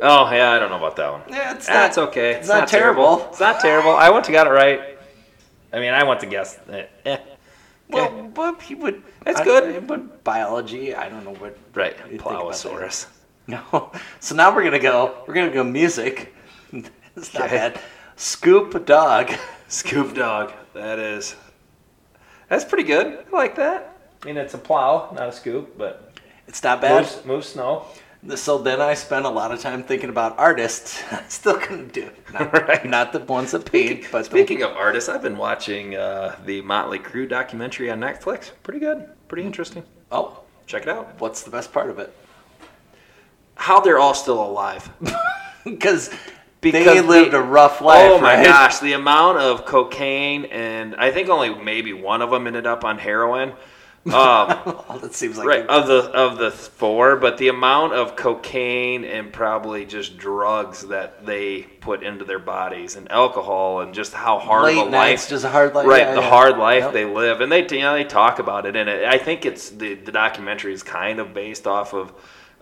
Speaker 1: Oh yeah, I don't know about that one.
Speaker 2: Yeah, it's
Speaker 1: Ah,
Speaker 2: not-
Speaker 1: it's okay.
Speaker 2: it's not terrible.
Speaker 1: It's not terrible. I went to got it right. I mean, I went to guess. Eh, eh.
Speaker 2: *laughs* Well, but he would.
Speaker 1: That's
Speaker 2: I-
Speaker 1: good.
Speaker 2: But biology, I don't know what. *laughs*
Speaker 1: Right.
Speaker 2: you think about that.
Speaker 1: Plowosaurus.
Speaker 2: No. So now we're gonna go. We're gonna go music. *laughs* it's not
Speaker 1: Okay.
Speaker 2: bad. Scoop Dog.
Speaker 1: Scoop dog. That is. That's pretty good. I like that. I mean, it's a plow, not a scoop, but
Speaker 2: *laughs* It's not bad.
Speaker 1: moves snow.
Speaker 2: So then I spent a lot of time thinking about artists. *laughs* I still couldn't do it. *laughs* Not,
Speaker 1: Right.
Speaker 2: not the ones that paid, but
Speaker 1: Speaking of artists, I've been watching uh, the Motley Crue documentary on Netflix. Pretty good. Pretty interesting.
Speaker 2: the oh,
Speaker 1: Hmm. Check it out.
Speaker 2: what's the best part of it? *laughs*
Speaker 1: How they're all still *laughs* alive.
Speaker 2: Because they
Speaker 1: Because
Speaker 2: lived
Speaker 1: they-
Speaker 2: a rough life.
Speaker 1: Oh my
Speaker 2: right?
Speaker 1: gosh, the amount of cocaine and I think only maybe one of them ended up on heroin.
Speaker 2: *laughs*
Speaker 1: Um,
Speaker 2: Well, that seems like
Speaker 1: right of the of the four, but the amount of cocaine and probably just drugs that they put into their bodies and alcohol and just how hard
Speaker 2: late
Speaker 1: of a
Speaker 2: nights,
Speaker 1: life
Speaker 2: just a hard life.
Speaker 1: right
Speaker 2: yeah,
Speaker 1: the
Speaker 2: yeah.
Speaker 1: hard life
Speaker 2: Yep.
Speaker 1: they live and they you know they talk about it and it, i think it's the, the documentary is kind of based off of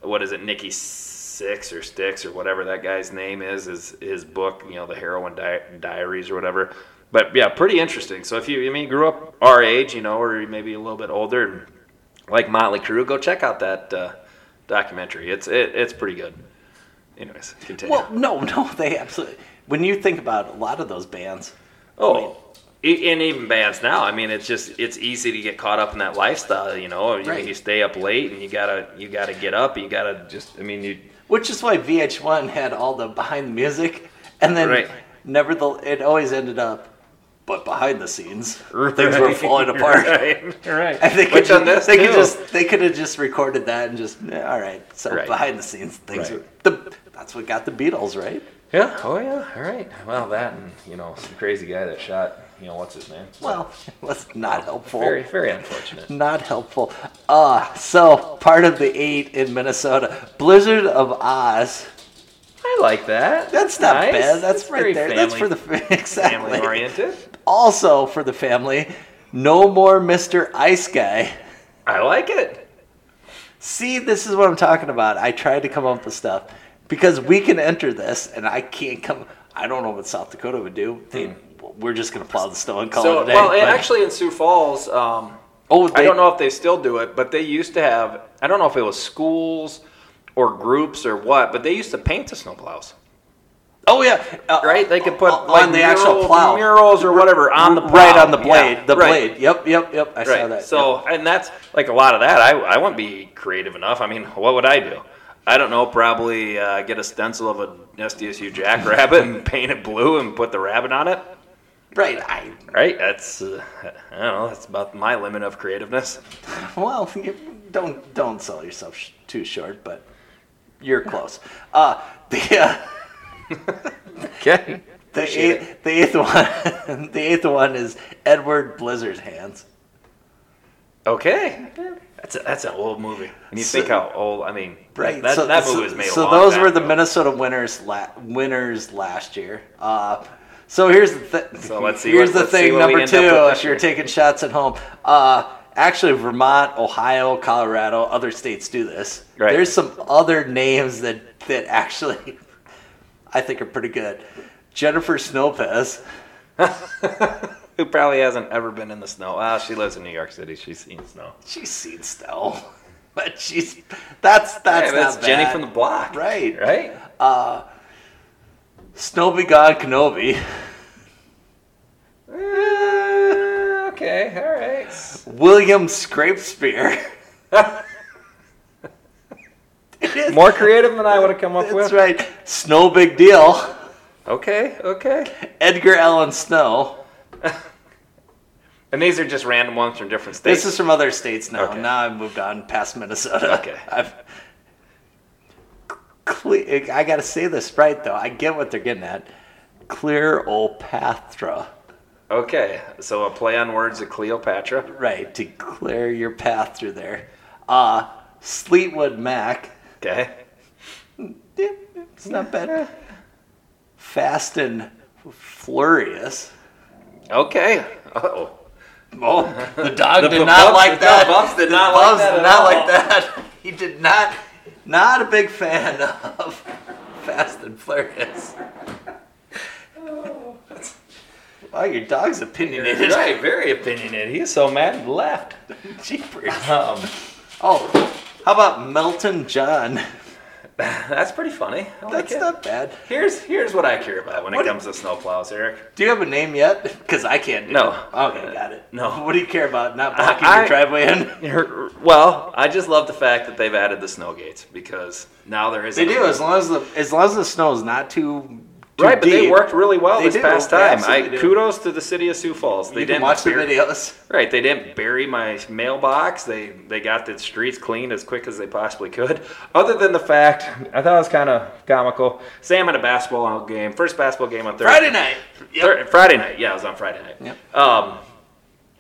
Speaker 1: what is it nikki six or sticks or whatever that guy's name is is his book you know the heroin di- diaries or whatever but yeah pretty interesting so if you i mean you grew up our age you know or maybe a little bit older like motley Crue, go check out that uh, documentary it's it, it's pretty good anyways continue
Speaker 2: Well, *laughs* no, no, they absolutely. When you think about a lot of those bands,
Speaker 1: Oh, e- and even bands now. I mean, it's just it's easy to get caught up in that lifestyle. You know, you,
Speaker 2: Right.
Speaker 1: you stay up late and you gotta you gotta get up. You gotta just. I mean, you
Speaker 2: Which is why VH1 had all the behind the music, and then
Speaker 1: Right.
Speaker 2: never the it always ended up, but behind the scenes things were *laughs* falling apart.
Speaker 1: *laughs* Right, right.
Speaker 2: *laughs* And they could,
Speaker 1: Which on this
Speaker 2: they
Speaker 1: too.
Speaker 2: could just they could have just recorded that and just "Yeah, all right. So
Speaker 1: Right.
Speaker 2: behind the scenes things
Speaker 1: Right.
Speaker 2: were the that's what got the Beatles right.
Speaker 1: yeah. Oh yeah. All right. Well, that and you know some crazy guy that shot. You know what's his name?
Speaker 2: Well, *laughs* that's not helpful.
Speaker 1: very very unfortunate.
Speaker 2: Not helpful. Uh so part of the eight in Minnesota, Blizzard of Oz.
Speaker 1: I like that.
Speaker 2: That's not
Speaker 1: Nice.
Speaker 2: bad. That's, right
Speaker 1: very
Speaker 2: there.
Speaker 1: Family,
Speaker 2: that's for the *laughs* exactly.
Speaker 1: family oriented.
Speaker 2: also for the family, no more Mr. Ice Guy.
Speaker 1: I like it.
Speaker 2: See, this is what I'm talking about. I tried to come up with stuff because we can enter this, and I can't come. I don't know what South Dakota would do. They,
Speaker 1: Hmm.
Speaker 2: We're just going to plow the snow and call it
Speaker 3: So,
Speaker 2: a day.
Speaker 3: well, and
Speaker 2: but-
Speaker 3: actually in Sioux Falls, um,
Speaker 2: oh, they,
Speaker 1: I don't know if they still do it, but they used to have. I don't know if it was schools or groups or what, but they used to paint the snowplows.
Speaker 2: Oh yeah, uh,
Speaker 1: Right? They could put
Speaker 2: on
Speaker 1: like
Speaker 2: the actual
Speaker 1: mural-
Speaker 2: plow
Speaker 1: murals or whatever on the plow.
Speaker 2: right on the blade.
Speaker 1: Yeah,
Speaker 2: the
Speaker 1: right.
Speaker 2: blade. Yep, yep, yep. I saw
Speaker 1: Right.
Speaker 2: that.
Speaker 1: So, and that's like a lot of that. I, I wouldn't be creative enough. I mean, what would I do? I don't know. Probably uh, get a stencil of a SDSU jackrabbit and *laughs* paint it blue and put the rabbit on it.
Speaker 2: Yep. right. I,
Speaker 1: Right. That's uh, I don't know. That's about my limit of creativeness.
Speaker 2: well, *laughs* you don't don't sell yourself sh- too short, but you're close. Uh, *laughs* the uh,
Speaker 1: Okay.
Speaker 2: the eighth, the eighth one *laughs* the eighth one is Edward Blizzard's hands.
Speaker 1: Okay. That's a, that's an old movie. When you
Speaker 2: So-
Speaker 1: think how old, I mean,
Speaker 2: Right.
Speaker 1: That,
Speaker 2: so,
Speaker 1: that
Speaker 2: so-
Speaker 1: movie was made. a
Speaker 2: So
Speaker 1: long
Speaker 2: those
Speaker 1: time
Speaker 2: were the
Speaker 1: ago.
Speaker 2: Minnesota winners la- winners last year. Uh, so here's the thing.
Speaker 1: *laughs* So let's see
Speaker 2: here's
Speaker 1: what-
Speaker 2: the
Speaker 1: let's see
Speaker 2: thing.
Speaker 1: what we
Speaker 2: Number
Speaker 1: end
Speaker 2: two,
Speaker 1: up with
Speaker 2: if
Speaker 1: this
Speaker 2: you're
Speaker 1: year.
Speaker 2: taking shots at home, uh, actually Vermont, Ohio, Colorado, other states do this.
Speaker 1: Right.
Speaker 2: There's some other names that that actually *laughs* I think are pretty good. Jennifer Snopez.
Speaker 1: *laughs* Who probably hasn't ever been in the snow? Ah, she lives in New York City. She's seen snow.
Speaker 2: She's seen snow, *laughs* but she's that's that's
Speaker 1: Hey, that's
Speaker 2: not
Speaker 1: Jenny
Speaker 2: bad.
Speaker 1: from the block.
Speaker 2: Right.
Speaker 1: Right.
Speaker 2: Snowy Uh, God Kenobi.
Speaker 1: Uh, okay, all right.
Speaker 2: William Scrapespear. *laughs* it
Speaker 1: *laughs*
Speaker 2: is.
Speaker 1: More creative than I would have come up
Speaker 2: That's
Speaker 1: with.
Speaker 2: right. Snow Big Deal.
Speaker 1: Okay, okay.
Speaker 2: Edgar Allan Snow.
Speaker 1: And these are just random ones from different states.
Speaker 2: This is from other states now.
Speaker 1: Okay.
Speaker 2: Now I've moved on past Minnesota.
Speaker 1: Okay.
Speaker 2: *laughs* I've. Cle- I gotta say this right though. I get what they're getting at. Cleopatra.
Speaker 1: okay. So a play on words of Cleopatra.
Speaker 2: Right, to clear your path through there. Uh, Fleetwood Mac.
Speaker 1: Okay.
Speaker 2: Yeah, it's not bad. Fast and Furious.
Speaker 1: Okay. Oh. *laughs*
Speaker 2: Oh, the dog
Speaker 1: The
Speaker 2: did
Speaker 1: bu-
Speaker 2: not
Speaker 1: Bubs-
Speaker 2: like
Speaker 1: the
Speaker 2: that.
Speaker 1: Bubs did not like
Speaker 2: Bubs
Speaker 1: that
Speaker 2: did
Speaker 1: at
Speaker 2: not
Speaker 1: all.
Speaker 2: like that. *laughs* He did not. Not a big fan of Fast and *laughs* Furious. Wow, your dog's opinionated. *laughs*
Speaker 1: Right, very opinionated. He's so mad he left.
Speaker 2: Jeepers.
Speaker 1: Um,
Speaker 2: Oh, how about Melton John?
Speaker 1: *laughs* that's pretty funny. I like
Speaker 2: That's
Speaker 1: it.
Speaker 2: not bad.
Speaker 1: Here's here's what I care about when
Speaker 2: What-
Speaker 1: it comes to snowplows, Eric.
Speaker 2: Do you have a name yet? Because I can't do
Speaker 1: No.
Speaker 2: it. Okay, got it.
Speaker 1: No.
Speaker 2: What do you care about? Not blocking
Speaker 1: I-
Speaker 2: your driveway in?
Speaker 1: Well, I just love the fact that they've added the snow gates because now there is.
Speaker 2: They do as long as the as long as the snow is not too, too
Speaker 1: right, but they
Speaker 2: deep,
Speaker 1: worked really well
Speaker 2: They
Speaker 1: this
Speaker 2: do.
Speaker 1: past
Speaker 2: They
Speaker 1: time. I
Speaker 2: absolutely do.
Speaker 1: kudos to the city of Sioux Falls. They
Speaker 2: You
Speaker 1: didn't
Speaker 2: can watch the
Speaker 1: bury-
Speaker 2: videos.
Speaker 1: Right, they didn't bury my mailbox. They they got the streets cleaned as quick as they possibly could. Other than the fact, I thought it was kind of comical. Sam had a basketball game, first basketball game on Thursday.
Speaker 2: *laughs* Friday night. Yep.
Speaker 1: Thur- Friday night, yeah, it was on Friday night.
Speaker 2: Yep.
Speaker 1: Um,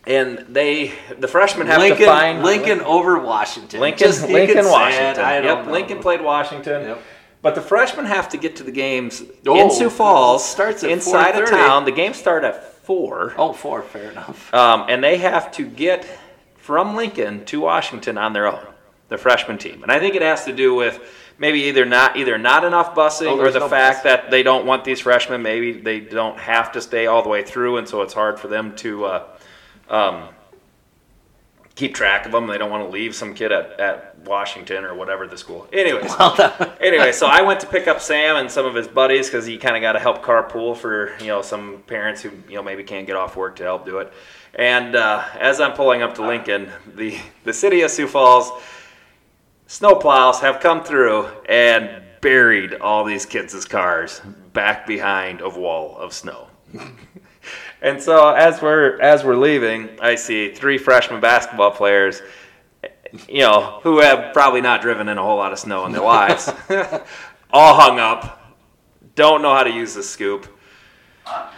Speaker 1: and they the freshmen have
Speaker 2: Lincoln,
Speaker 1: to find
Speaker 2: Lincoln over Washington.
Speaker 1: Lincoln,
Speaker 2: Just- you
Speaker 1: Lincoln,
Speaker 2: could say it,
Speaker 1: Washington.
Speaker 2: I don't
Speaker 1: yep,
Speaker 2: know.
Speaker 1: Lincoln played Washington.
Speaker 2: Yep.
Speaker 1: But the freshmen have to get to the games
Speaker 2: Oh,
Speaker 1: in Sioux Falls.
Speaker 2: it starts at
Speaker 1: inside of
Speaker 2: 4:30.
Speaker 1: town. The games start at four,
Speaker 2: Oh, four. Fair enough. *laughs*
Speaker 1: um, and they have to get from Lincoln to Washington on their own. The freshman team, and I think it has to do with maybe either not either not enough busing
Speaker 2: Oh,
Speaker 1: or
Speaker 2: there's
Speaker 1: the
Speaker 2: no
Speaker 1: fact
Speaker 2: bus.
Speaker 1: that they don't want these freshmen. Maybe they don't have to stay all the way through, and so it's hard for them to. Uh, um, keep track of them. They don't want to leave some kid at, at Washington or whatever the school. Anyways, anyway, so I went to pick up Sam and some of his buddies because he kind of got to help carpool for you know some parents who you know maybe can't get off work to help do it. And uh, as I'm pulling up to Lincoln, the the city of Sioux Falls snowplows have come through and buried all these kids' cars back behind a wall of snow. And so as we're as we're leaving, I see three freshman basketball players, you know, who have probably not driven in a whole lot of snow in their *laughs* lives, all hung up, don't know how to use the scoop.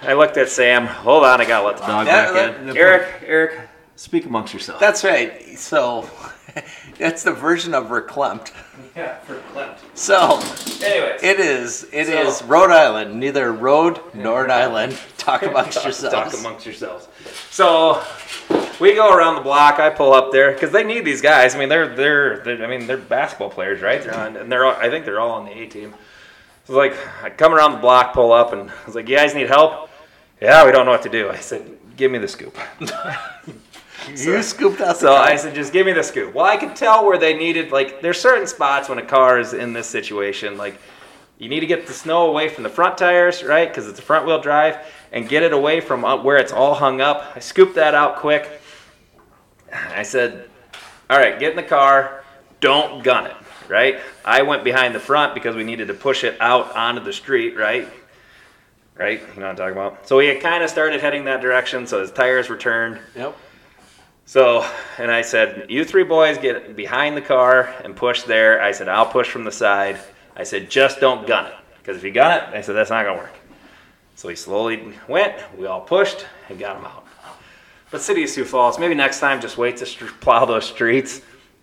Speaker 1: I looked at Sam. Hold on, I gotta let the dog
Speaker 2: Yeah,
Speaker 1: back in.
Speaker 2: let-
Speaker 1: Eric, Eric, speak amongst yourself.
Speaker 2: That's right. So *laughs* that's the version of reclamped.
Speaker 1: yeah, for Clint.
Speaker 2: So
Speaker 1: Anyways,
Speaker 2: it is. It is
Speaker 1: So-
Speaker 2: Rhode Island. Neither Rhode nor an island. *laughs* Talk amongst yourselves.
Speaker 1: Talk amongst yourselves. So we go around the block. I pull up there because they need these guys. I mean, they're, they're they're I mean they're basketball players, right? They're on, and they're all, I think they're all on the A team. So like I come around the block, pull up, and I was like, "You guys need help?" Yeah, we don't know what to do. I said, "Give me the scoop."
Speaker 2: you scooped
Speaker 1: *laughs*
Speaker 2: us
Speaker 1: So
Speaker 2: up.
Speaker 1: I said, just give me the scoop. Well, I could tell where they needed, like, there's certain spots when a car is in this situation. Like, you need to get the snow away from the front tires, right? Because it's a front wheel drive, and get it away from uh, where it's all hung up. I scooped that out quick. I said, all right, get in the car. Don't gun it, right? I went behind the front because we needed to push it out onto the street, right? Right? You know what I'm talking about? So we had kind of started heading that direction, so his tires were turned.
Speaker 2: Yep.
Speaker 1: So, and I said, you three boys get behind the car and push there. I said, I'll push from the side. I said, just don't gun it. Because if you gun it, I said, that's not going to work. So he slowly went, we all pushed, and got him out. But City of Sioux Falls, maybe next time just wait to str- plow those streets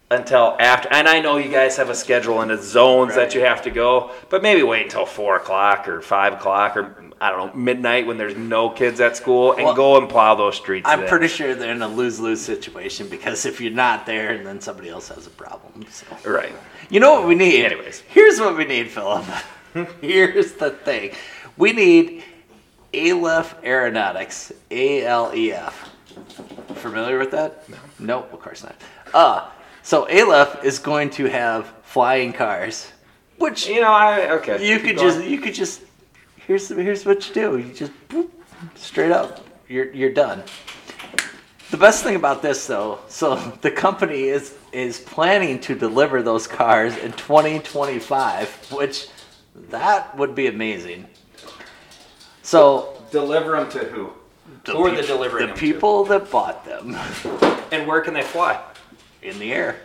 Speaker 1: until after. And I know you guys have a schedule and it's zones that you have to go, but maybe wait until 4 o'clock or 5 o'clock or, I don't know, midnight when there's no kids at school and
Speaker 2: Well,
Speaker 1: go and plow those streets.
Speaker 2: I'm
Speaker 1: then.
Speaker 2: pretty sure they're in a lose lose situation because if you're not there, then somebody else has a problem. So.
Speaker 1: Right.
Speaker 2: You know what we need?
Speaker 1: Er, Anyways.
Speaker 2: Here's what we need, Philip. Here's the thing. We need Aleph Aeronautics. A L E F. Familiar with that? No. Nope, of course not. Uh, so Aleph is going to have flying cars. Which
Speaker 1: You know, I okay.
Speaker 2: you
Speaker 1: keep
Speaker 2: could
Speaker 1: going.
Speaker 2: just you could just here's here's what you do. You just boop, straight up. You're you're done. The best thing about this though, so *laughs* the company is is planning to deliver those cars in 2025, which that would be amazing. So
Speaker 1: deliver them to who?
Speaker 2: the,
Speaker 1: Who are
Speaker 2: peop-
Speaker 1: they delivering
Speaker 2: the
Speaker 1: them to?
Speaker 2: people that bought them *laughs*
Speaker 1: And where can they fly?
Speaker 2: in the air.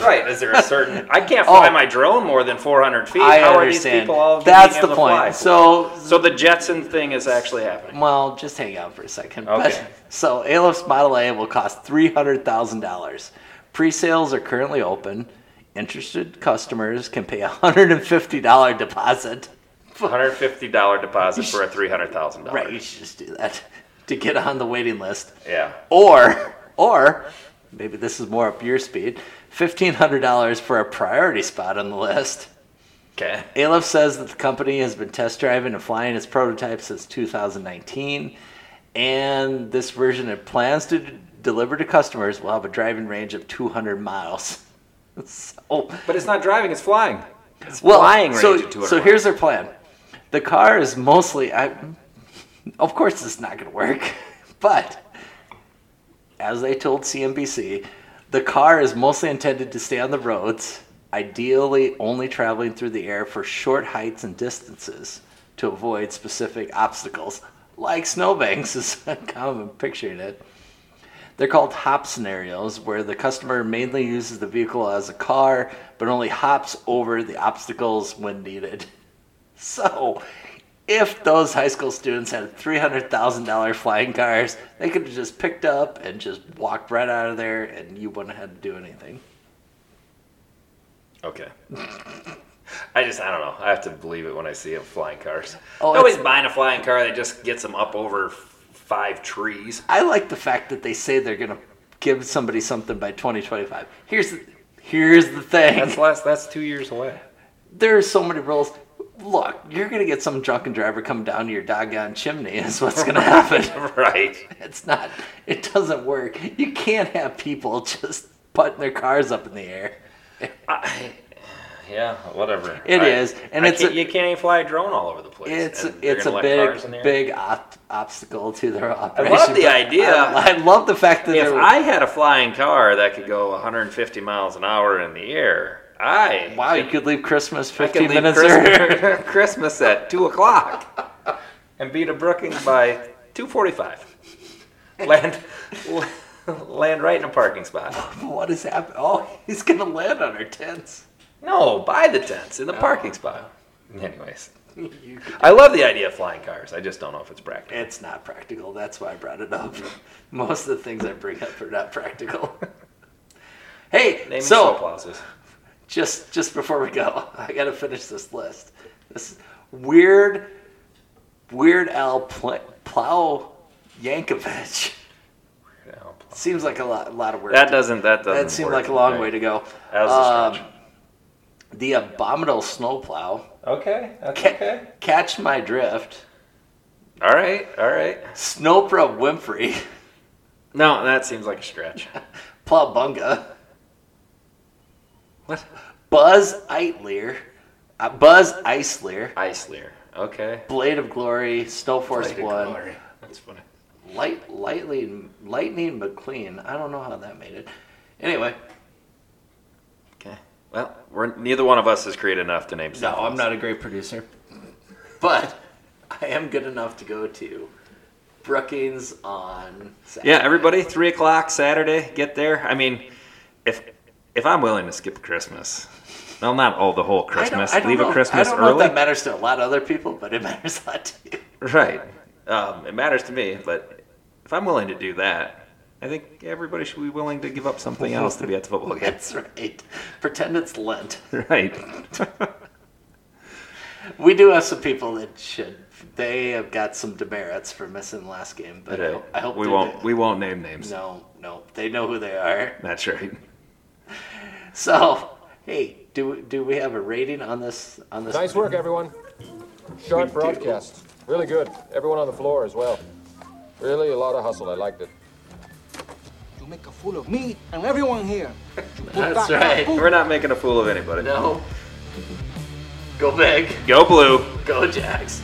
Speaker 1: Right. Is there a certain? *laughs* I can't fly
Speaker 2: Oh.
Speaker 1: my drone more than 400 feet.
Speaker 2: I
Speaker 1: How are these
Speaker 2: understand.
Speaker 1: people all being
Speaker 2: That's the
Speaker 1: able to
Speaker 2: point.
Speaker 1: fly?
Speaker 2: So
Speaker 1: So the Jetson thing is actually *laughs* happening.
Speaker 2: Well, just hang on for a second.
Speaker 1: Okay.
Speaker 2: But- *laughs* so Aleph Model A will cost three hundred thousand dollars. Pre-sales are currently open. Interested customers can pay a hundred and fifty dollar deposit.
Speaker 1: 150 dollar deposit for a 300 thousand dollar.
Speaker 2: Right, you should just do that *laughs* to get on the waiting list.
Speaker 1: Yeah.
Speaker 2: Or, or maybe this is more up your speed. Fifteen hundred dollars for a priority spot on the list.
Speaker 1: Okay.
Speaker 2: Aleph says that the company has been test driving and flying its prototype since 2019, and this version it plans to d- deliver to customers will have a driving range of 200 miles. *laughs* so,
Speaker 1: But it's not driving; it's flying. It's
Speaker 2: well,
Speaker 1: flying range
Speaker 2: so,
Speaker 1: of 200
Speaker 2: so
Speaker 1: miles.
Speaker 2: here's their plan. The car is mostly, I, of course, it's not going to work, *laughs* but as they told CNBC, the car is mostly intended to stay on the roads, ideally only traveling through the air for short heights and distances to avoid specific obstacles, like snowbanks *laughs* is a common picturing it. They're called hop scenarios, where the customer mainly uses the vehicle as a car, but only hops over the obstacles when needed. *laughs* So, if those high school students had $300,000 flying cars, they could have just picked up and just walked right out of there, and you wouldn't have had to do anything.
Speaker 1: Okay. I just I don't know. I have to believe it when I see it flying cars.
Speaker 2: Oh,
Speaker 1: Nobody's
Speaker 2: it's-
Speaker 1: buying a flying car that just gets them up over f- five trees.
Speaker 2: I like the fact that they say they're going to give somebody something by 2025. Here's the, here's the thing. *laughs*
Speaker 1: That's less. That's two years away.
Speaker 2: there are so many rules. Look, you're gonna get some drunken driver coming down to your doggone chimney. *laughs* Is what's gonna happen.
Speaker 1: Right.
Speaker 2: It's not. It doesn't work. You can't have people *laughs* just putting their cars up in the air.
Speaker 1: I, yeah, whatever. It
Speaker 2: It
Speaker 1: is,
Speaker 2: is, and it's a-
Speaker 1: you can't even fly a drone all over the place.
Speaker 2: It's
Speaker 1: and they're
Speaker 2: it's
Speaker 1: gonna
Speaker 2: a
Speaker 1: let cars in
Speaker 2: big
Speaker 1: there.
Speaker 2: big op- obstacle to their
Speaker 1: I
Speaker 2: operation.
Speaker 1: love the
Speaker 2: but
Speaker 1: idea.
Speaker 2: I, I love the fact that
Speaker 1: if
Speaker 2: they're-
Speaker 1: I had a flying car that could go 150 miles an hour in the air, I
Speaker 2: wow, you could leave Christmas
Speaker 1: I could
Speaker 2: 15
Speaker 1: leave *laughs*
Speaker 2: minutes earlier. *laughs*
Speaker 1: Christmas, Christmas at two o'clock and be to Brookings by 2:45. Land land right in a parking spot.
Speaker 2: what is happening? Oh, he's gonna land on our tents. *laughs*
Speaker 1: No, by the tents in the parking spot. Anyways,
Speaker 2: You could-
Speaker 1: I love the idea of flying cars. I just don't know if it's practical.
Speaker 2: It's not practical. That's why I brought it up. *laughs* Most of the things I bring up are not practical. *laughs* hey,
Speaker 1: Name so,
Speaker 2: so
Speaker 1: applauses.
Speaker 2: just just before we go, *laughs* I gotta finish this list. This weird, weird Al Pl- Plow Yankovic *laughs* seems like a lot, a lot of work.
Speaker 1: That doesn't. That doesn't.
Speaker 2: That seemed
Speaker 1: work
Speaker 2: like a long
Speaker 1: right.
Speaker 2: way to go.
Speaker 1: That was a stretch.
Speaker 2: Um, The Abominable Snowplow.
Speaker 3: Okay. That's
Speaker 2: Ca-
Speaker 3: okay.
Speaker 2: Catch My Drift.
Speaker 1: All right, all right.
Speaker 2: Snopra Winfrey. *laughs*
Speaker 1: No, that seems like a stretch.
Speaker 2: Plabunga.
Speaker 1: What?
Speaker 2: Buzz Eitler. Uh, Buzz Eisler.
Speaker 1: Ice Lear. Okay.
Speaker 2: Blade of Glory. Snow Force
Speaker 1: Blade of
Speaker 2: 1.
Speaker 1: Glory. That's funny.
Speaker 2: Light, lightly, Lightning McLean. I don't know how that made it. Anyway,
Speaker 1: Okay. Well, we're neither one of us has creative enough to name.
Speaker 3: No,
Speaker 1: stuff.
Speaker 3: I'm not a great producer.
Speaker 2: but I am good enough to go to Brookings on Saturday.
Speaker 1: Yeah, everybody, three o'clock Saturday. Get there. I mean, if if I'm willing to skip Christmas, well, not all the whole
Speaker 2: I don't-
Speaker 1: Christmas.
Speaker 2: I don't
Speaker 1: Leave
Speaker 2: know-
Speaker 1: a Christmas
Speaker 2: I don't know if
Speaker 1: early.
Speaker 2: that matters to a lot of other people, but it *laughs* matters a lot to you.
Speaker 1: Right. Um, it matters to me, but if I'm willing to do that, I think everybody should be willing to give up something else to be at the football game.
Speaker 2: That's right. Pretend it's Lent.
Speaker 1: *laughs* Right.
Speaker 2: We do have some people that should. They have got some demerits for missing the last game, but I, I hope
Speaker 1: we
Speaker 2: they
Speaker 1: won't.
Speaker 2: do.
Speaker 1: We won't name names.
Speaker 2: No, no, they know who they are. *laughs*
Speaker 1: That's right.
Speaker 2: So, hey, do do we have a rating on this? On this?
Speaker 4: Nice work, everyone. Sharp broadcast. Really good. Everyone on the floor as well. Really a lot of hustle. I liked it.
Speaker 5: You make a fool of me and everyone here. You put
Speaker 2: That's
Speaker 5: back my
Speaker 2: right.
Speaker 5: foot.
Speaker 1: We're not making a fool of anybody.
Speaker 2: No. Go big.
Speaker 1: Go blue.
Speaker 2: Go Jags.